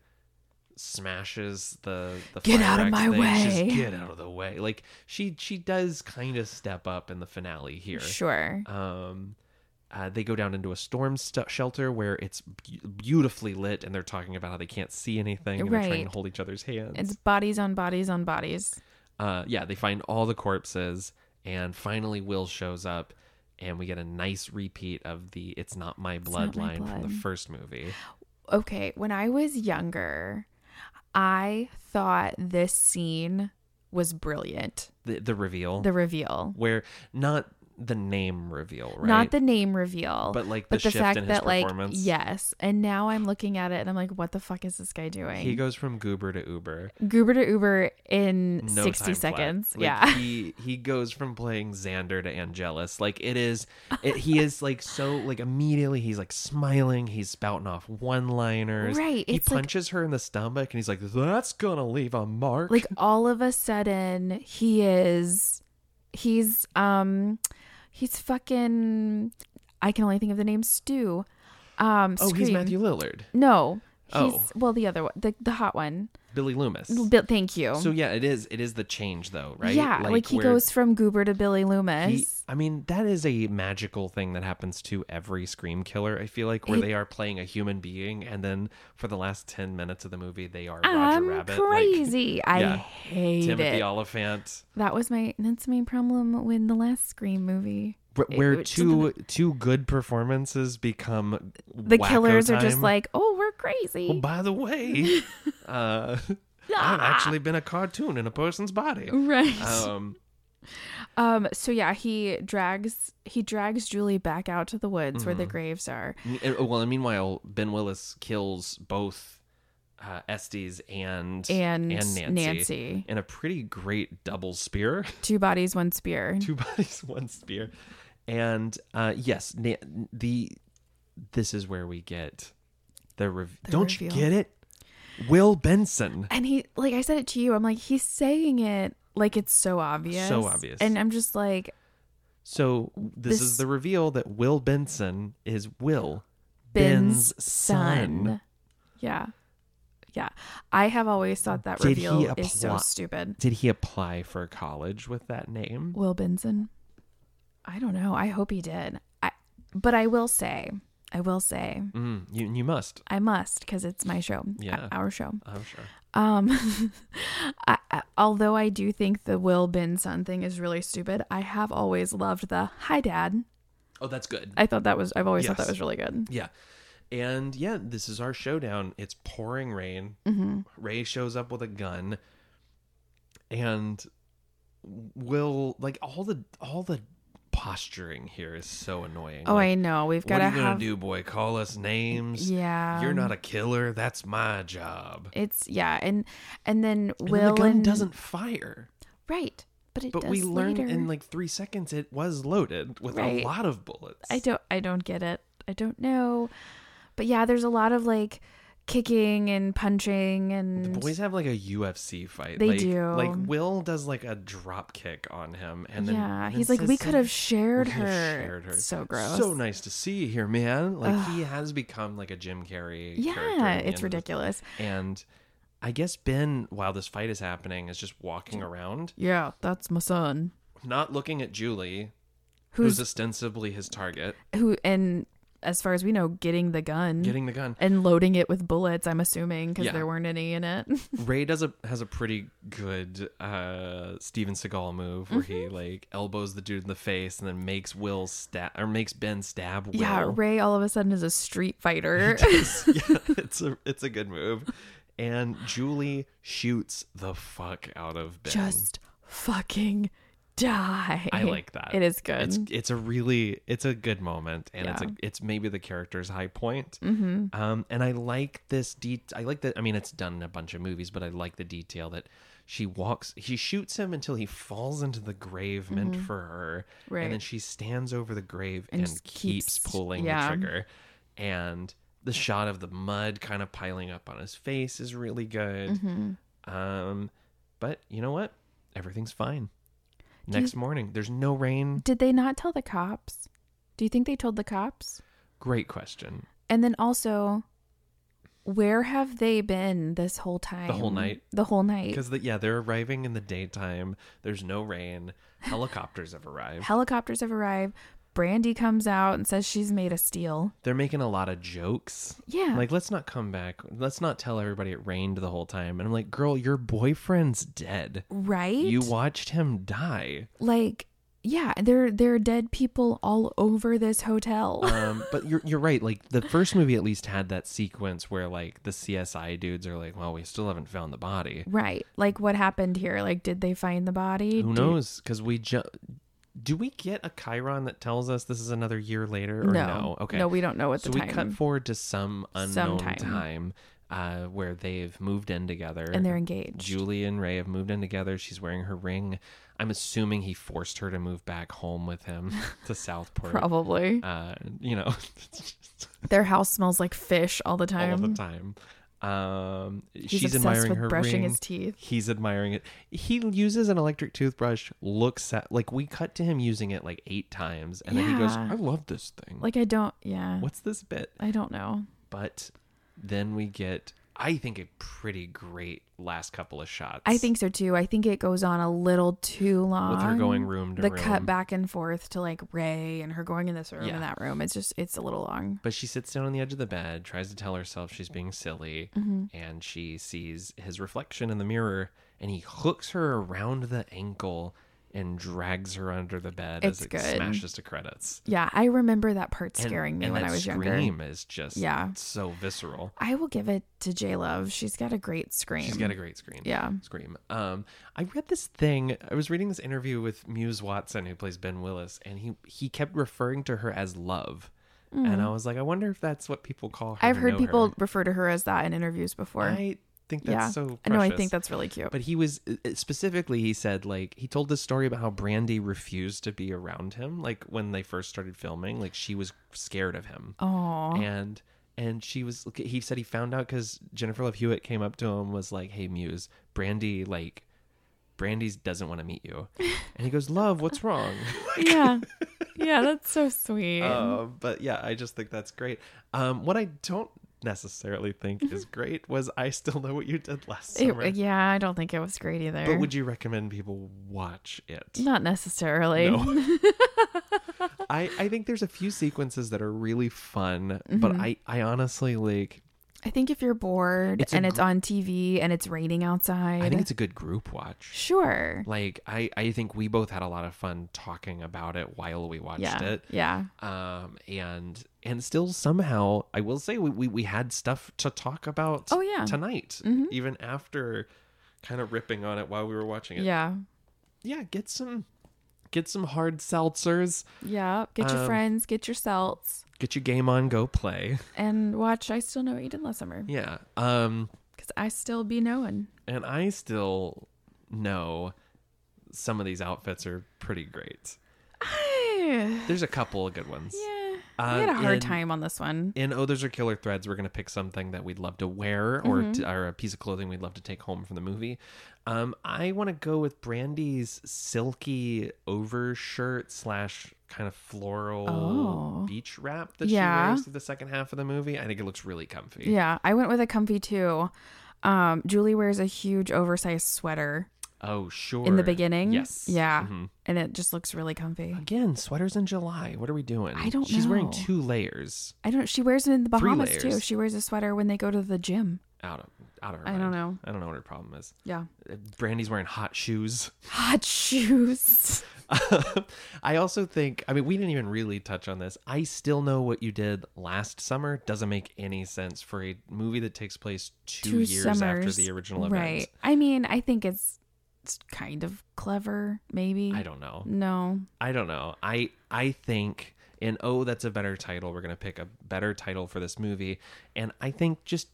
smashes the the
Get
fire
out of
axe
my
thing. She's,
way.
get out of the way. Like she she does kind of step up in the finale here.
Sure.
Um, uh, they go down into a storm st- shelter where it's be- beautifully lit, and they're talking about how they can't see anything, and they're trying to
Right.
hold each other's hands.
It's bodies on bodies on bodies.
Uh, yeah, they find all the corpses, and finally Will shows up, and we get a nice repeat of the "It's not my
Not
blood"
My
line from the
Blood.
first movie.
Okay, when I was younger, I thought this scene was brilliant.
The the reveal,
The reveal,
where not the name reveal, right?
not the name reveal,
but like the
but the
shift
fact
in his
that like
performance.
yes. And now I'm looking at it and I'm like, what the fuck is this guy doing?
He goes from goober to uber.
Goober to Uber in 60
no time flat.
seconds.
Like,
yeah.
he he goes from playing Xander to Angelus. Like it is, it, he is like so like immediately he's like smiling. He's spouting off one liners.
Right,
He
it's like-
punches her in the stomach, and he's like, "That's gonna leave a mark."
like all of a sudden he is he's um he's fucking I can only think of the name Stu. Um
oh, he's
Scream.
Matthew Lillard,
No. He's
Oh.
well the other one, the, the hot one.
Billy Loomis.
Bill, thank you.
so yeah, it is. It is the change though, right?
Yeah, like, he
where
goes from Goober to Billy
he-
Loomis.
I mean, that is a magical thing that happens to every scream killer. I feel like where
It-
they are playing a human being, and then for the last ten minutes of the movie, they are
I'm
Roger Rabbit. Like,
crazy. I
yeah.
hate
Timothy
it.
Oliphant.
that was my that's my problem with the last Scream movie. It-
Where
it-
two two good performances become
The
wacko
killers are just
time.
like, oh, we're crazy.
Well, by the way, uh, I've
Ah.
actually been a cartoon in a person's body.
right.
Um,
Um. So yeah, he drags he drags Julie back out to the woods where
Mm-hmm.
the graves are.
me- uh, well, and meanwhile, Ben Willis kills both uh, Estes and
And
Nancy,
Nancy.
in a pretty great double spear.
Two bodies, one spear.
two bodies, one spear. And uh, yes, Na- the this is where we get the, rev- Don't you
reveal.
get it? Will Benson.
And he, like I said it to you, I'm like he's saying it like it's so obvious,
So obvious.
And I'm just like
So this, is
This-
the reveal that Will Benson is Will
Ben's son. Yeah, yeah. I have always thought that
Did he
reveal is so
apply-
stupid.
Did he apply for college with that name?
Will Benson. I don't know. I hope he did. I, but I will say, I will say,
Mm, you you must.
I must because it's my show,
Yeah.
our show.
I'm sure.
Um, I, I, although I do think the Will Benson thing is really stupid, I have always loved the "Hi, Dad."
Oh, that's good.
I thought that was I've always thought
Yes.
that was really good.
yeah. And yeah, this is our showdown. It's pouring rain.
Mm-hmm.
Ray shows up with a gun, and Will like all the all the posturing here is so annoying.
Oh,
Like,
I know. We've got
what
to
are you gonna
have.
do, boy? Call us names?
Yeah,
You're not a killer. That's my job.
It's yeah, and and then
And
Will
the gun
and-
doesn't fire.
right, but it
But
does
we learned
later.
in like three seconds it was loaded with a
Right.
lot of bullets.
I don't I don't get it. I don't know, but yeah, there's a lot of like kicking and punching and
the boys have like a UFC fight.
They
like,
do.
Like Will does like a drop kick on him, and then
yeah,
and
he's
then
like, we
says
could have
something-
shared,
"We could've
her.
shared her.
So gross.
So nice to see you here, man. Like he has become like a Jim Carrey. character
Yeah,
at the end of
it's
the-
ridiculous.
And I guess Ben, while this fight is happening, is just walking around,
Yeah, that's my son.
not looking at Julie,
Who's
who's ostensibly his target.
who and as far as we know, getting the gun
getting the gun.
and loading it with bullets. I'm assuming because
Yeah.
there weren't any in it.
Ray does a has a pretty good uh Steven Seagal move where
Mm-hmm.
he like elbows the dude in the face and then makes Will stab or makes Ben stab Will.
yeah, Ray all of a sudden is a street fighter.
yeah, it's a it's a good move. And Julie shoots the fuck out of Ben.
Just fucking die.
I like that.
It is good.
It's it's a really it's a good moment, and it's a
Yeah.
it's maybe the character's high point. Mm-hmm. Um, and I like this de- I like that. I mean, it's done in a bunch of movies, but I like the detail that she walks. He shoots him until he falls into the grave meant for her, and then
Mm-hmm. Right.
she stands over the grave and,
And just keeps-
keeps, pulling
yeah.
the trigger. And the shot of the mud kind of piling up on his face is really good.
Mm-hmm.
Um, but you know what? Everything's fine.
Do you-
Next morning, there's no rain.
Did they not tell the cops? Do you think they told the cops?
Great question.
And then also, where have they been this whole time?
whole night.
The whole night.
Because yeah, they're arriving in the daytime. There's no rain. Helicopters have arrived.
Helicopters have arrived. Brandy comes out and says she's made a steal.
They're making a lot of jokes.
Yeah.
Like, let's not come back. Let's not tell everybody it rained the whole time. And I'm like, girl, your boyfriend's dead.
right?
You watched him die.
like yeah, there there are dead people all over this hotel.
Um, but you're you're right. Like the first movie at least had that sequence where like the CSI dudes are like, well, we still haven't found the body.
right. Like what happened here? Like did they find the body?
Who
Did-
knows? Because we ju- do we get a Chiron that tells us this is another year later or no?
no.
Okay.
No, we don't know at
so
the
we
time.
cut forward to some unknown
Sometime.
time, uh, where they've moved in together
and they're engaged.
Julie and Ray have moved in together. She's wearing her ring. I'm assuming he forced her to move back home with him to Southport.
Probably.
Uh, you know,
Their house smells like fish all the time.
all of the time. Um,
He's
she's
obsessed
admiring
with
her
brushing
ring.
his teeth.
He's admiring it. He uses an electric toothbrush. Looks at like we cut to him using it like eight times, and then he goes,
Yeah.
"I love this thing.
Like I don't yeah.
What's this bit?"
I don't know.
But then we get, I think, a pretty great last couple of shots.
I think so too. I think it goes on a little too long.
with her going room to
the
room.
cut back and forth to like Ray and her going in this room
Yeah.
and that room. It's just it's a little long.
But she sits down on the edge of the bed, tries to tell herself she's being silly,
Mm-hmm.
and she sees his reflection in the mirror, and he hooks her around the ankle and drags her under the bed as
It's
it
good.
smashes to credits.
Yeah, I remember that part
And-
scaring me
and
when
that
I was
scream
younger.
is just
Yeah.
so visceral.
I will give it to J Love. She's got a great scream.
She's got a great scream.
Yeah.
Scream. Um, I read this thing. I was reading this interview with Muse Watson, who plays Ben Willis, and he he kept referring to her as love, and I was like, I wonder if that's what people call her.
Mm. I've
who
heard
know
people
her.
refer to her as that in interviews before.
I think that's
yeah.
so.
I know. I
precious.
think that's really cute.
But he was uh, specifically, he said, like, he told this story about how Brandy refused to be around him, like, when they first started filming. Like, she was scared of him
Oh,
and and she was he said he found out because jennifer love hewitt came up to him and was like hey muse brandy like brandy's doesn't want to meet you and he goes love what's wrong
yeah, yeah. That's so sweet.
um, but yeah i just think that's great um, what i don't necessarily think is great was i still know what you did last
It-
summer
yeah, I don't think it was great either.
but would you recommend people watch it
Not necessarily.
No. I, I think there's a few sequences that are really fun, but I, I honestly like
I think if you're bored
It's a
and
gr-
it's on TV and it's raining outside,
I think it's a good group watch.
sure.
like I, I think we both had a lot of fun talking about it while we watched
Yeah,
it
yeah.
um and and still somehow i will say we, we, we had stuff to talk about
Oh, yeah.
tonight even after kind of ripping on it while we were watching it
Yeah.
yeah get some get some hard seltzers
Yeah. Get your
Um,
friends, get your salts,
get your game on go play
and watch I Still Know What You Did Last Summer.
yeah um
Because I still be knowing.
and i still know some of these outfits are pretty great
yeah.
there's a couple of good ones Uh,
we had a hard
in-
time on this one.
in oh those are killer threads we're going to pick something that we'd love to wear or,
Mm-hmm.
t- or a piece of clothing we'd love to take home from the movie um, i want to go with brandy's silky overshirt slash kind of floral
Oh.
beach wrap that
Yeah.
she wears through the second half of the movie i think it looks really comfy
Yeah, I went with a comfy too. Um, Julie wears a huge oversized sweater
Oh, sure.
in the beginning.
Yes.
Yeah.
Mhm.
And it just looks really comfy.
Again, sweaters in July. What are we doing?
I don't
She's wearing
know.
two layers
I don't. She wears it in the
Three
Bahamas too.
layers.
She wears a sweater when they go to the gym.
out of out of her.
I don't
mind.
know.
I don't know what her problem is.
Yeah.
Brandy's wearing hot shoes.
Hot shoes.
I also think, I mean, we didn't even really touch on this. I still know what you did last summer doesn't make any sense for a movie that takes place two, years after
summers.
the original event.
Right. I mean, I think it's it's kind of clever, maybe.
I don't know.
No.
I don't know. I I think and oh, that's a better title. We're gonna pick a better title for this movie. And I think just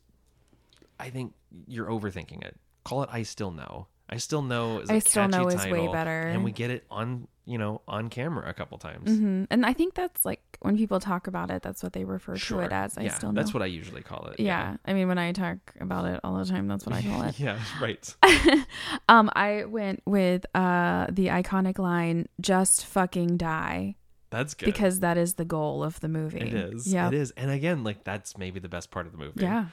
I think you're overthinking it. Call it I still know. I still know is a
I Still
catchy
Know is way
title,
better.
And we get it on you know, on camera a couple times.
hmm And I think that's like when people talk about it, that's what they refer
Sure.
to it as. I
yeah,
still know.
That's what I usually call it.
yeah. I mean, when I talk about it all the time, that's what I call it.
Yeah, right.
um, I went with uh the iconic line, "Just fucking die,"
That's good.
because that is the goal of the movie.
it is.
Yeah.
It is. And again, like that's maybe the best part of the movie.
Yeah.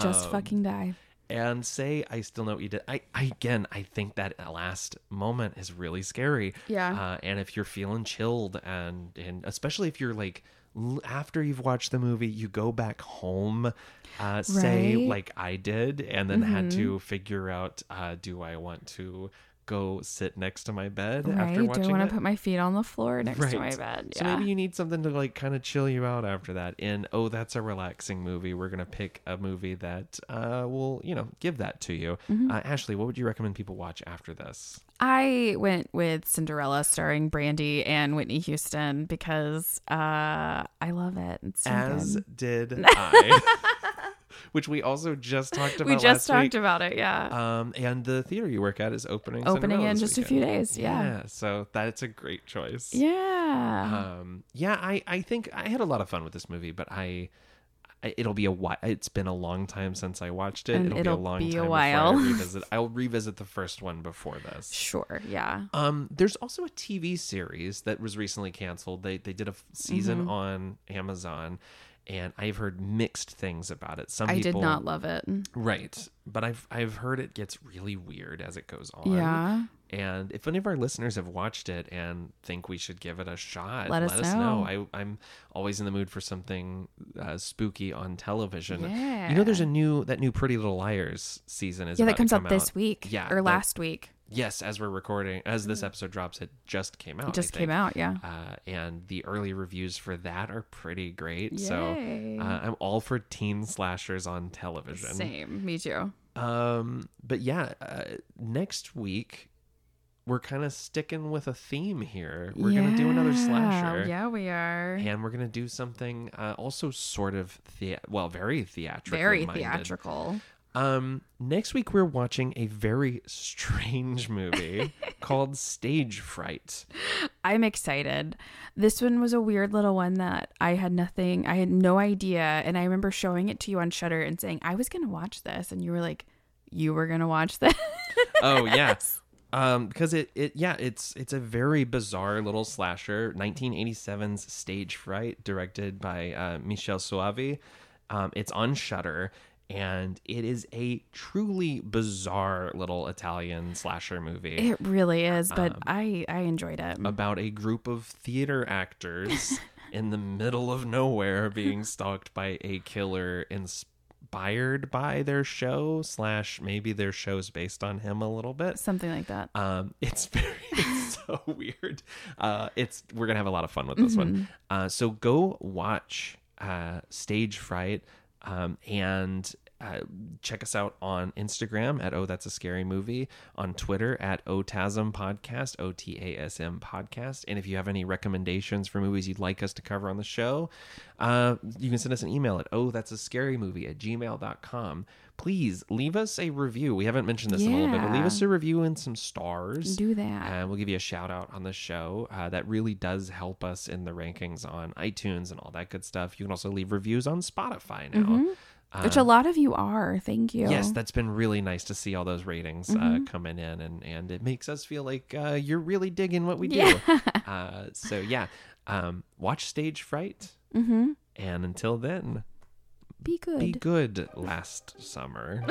Just
Um,
fucking die.
and say I still know what you did. I, I again, I think that last moment is really scary.
Yeah.
Uh, and if you're feeling chilled, and and especially if you're like l- after you've watched the movie, you go back home, uh, say
Right. Mm-hmm.
like I did, and then had to figure out uh, do I want to go sit next to my bed
Right.
after
Do I
watching
want
it?
to put my feet on the floor next to my
Right.
bed?
So maybe you need something to like kind of chill you out after that. And oh, that's a relaxing movie. We're gonna pick a movie that uh, will you know give that to you.
Mm-hmm.
Uh, Ashley, what would you recommend people watch after this?
I went with Cinderella starring Brandy and Whitney Houston because uh, I love it. It's so
As
good.
did I, which we also just talked about.
we just
last
talked
week.
about it, yeah.
Um, and the theater you work at is opening.
Opening
Cinderella
in
this
just a
weekend.
few days, yeah.
So that's a great choice.
yeah.
um yeah i i think i had a lot of fun with this movie but i I- It'll be a while. It's been a long time since I watched it.
And
it'll,
it'll
be a long
be a
time
while.
before I revisit. I'll revisit the first one before this.
sure, yeah.
Um, there's also a TV series that was recently canceled. They they did a f- season
Mm-hmm.
on Amazon, and I've heard mixed things about it. Some
I
people
did not love it.
right, but I've I've heard it gets really weird as it goes on.
Yeah.
And if any of our listeners have watched it and think we should give it a shot,
Let us
I, I'm always in the mood for something uh, spooky on television.
Yeah.
You know, there's a new that new Pretty Little Liars season is
Yeah,
about
that
to
comes
come
out this
out.
week.
Yeah,
Or
that-
last week.
Yes, as we're recording, as this episode drops, it just came out. Oh, I
Mm. It just
think.
came out, yeah.
Uh, and the early reviews for that are pretty great. So
Yay.
uh, I'm all for teen slashers on television.
Same. Me too.
Um, but yeah, uh, next week we're kind of sticking with a theme here. We're gonna do another
Yeah.
slasher,
Yeah, we are.
and we're gonna do something uh, also sort of the well, very theatrical,
Very
minded.
theatrical.
Um, next week we're watching a very strange movie called Stage Fright.
I'm excited. This one was a weird little one that I had nothing, I had no idea. And I remember showing it to you on Shutter and saying, I was going to watch this. And you were like, You were going to watch this?
Oh yeah. Um, because it, it yeah it's it's a very bizarre little slasher 1987's stage fright directed by uh, michel suave um, it's on shutter and it is a truly bizarre little italian slasher movie
it really is, but I, I enjoyed it.
about a group of theater actors in the middle of nowhere being stalked by a killer inspired by their show slash maybe their show's based on him a little bit
Something like that.
um, it's very it's so weird. Uh, it's we're gonna have a lot of fun with this one. Uh, so go watch uh, Stage Fright um, and. Uh, check us out on Instagram at Oh That's a Scary Movie, on Twitter at OTASM Podcast, O T A S M Podcast. And if you have any recommendations for movies you'd like us to cover on the show, uh, you can send us an email at Oh That's a Scary Movie at gmail.com. Please leave us a review. We haven't mentioned this in a little bit, but leave
Yeah.
us us a review and some stars.
Do that.
And we'll give you a shout out on the show. Uh, that really does help us in the rankings on iTunes and all that good stuff. You can also leave reviews on Spotify now.
Mm-hmm. Which a lot of you are. Thank you.
Yes, that's been really nice to see all those ratings
Mm-hmm.
uh, coming in, and, and it makes us feel like uh, you're really digging what we do. Uh, so, yeah, um, watch Stage Fright.
hmm
And until then,
Be good.
be good last summer.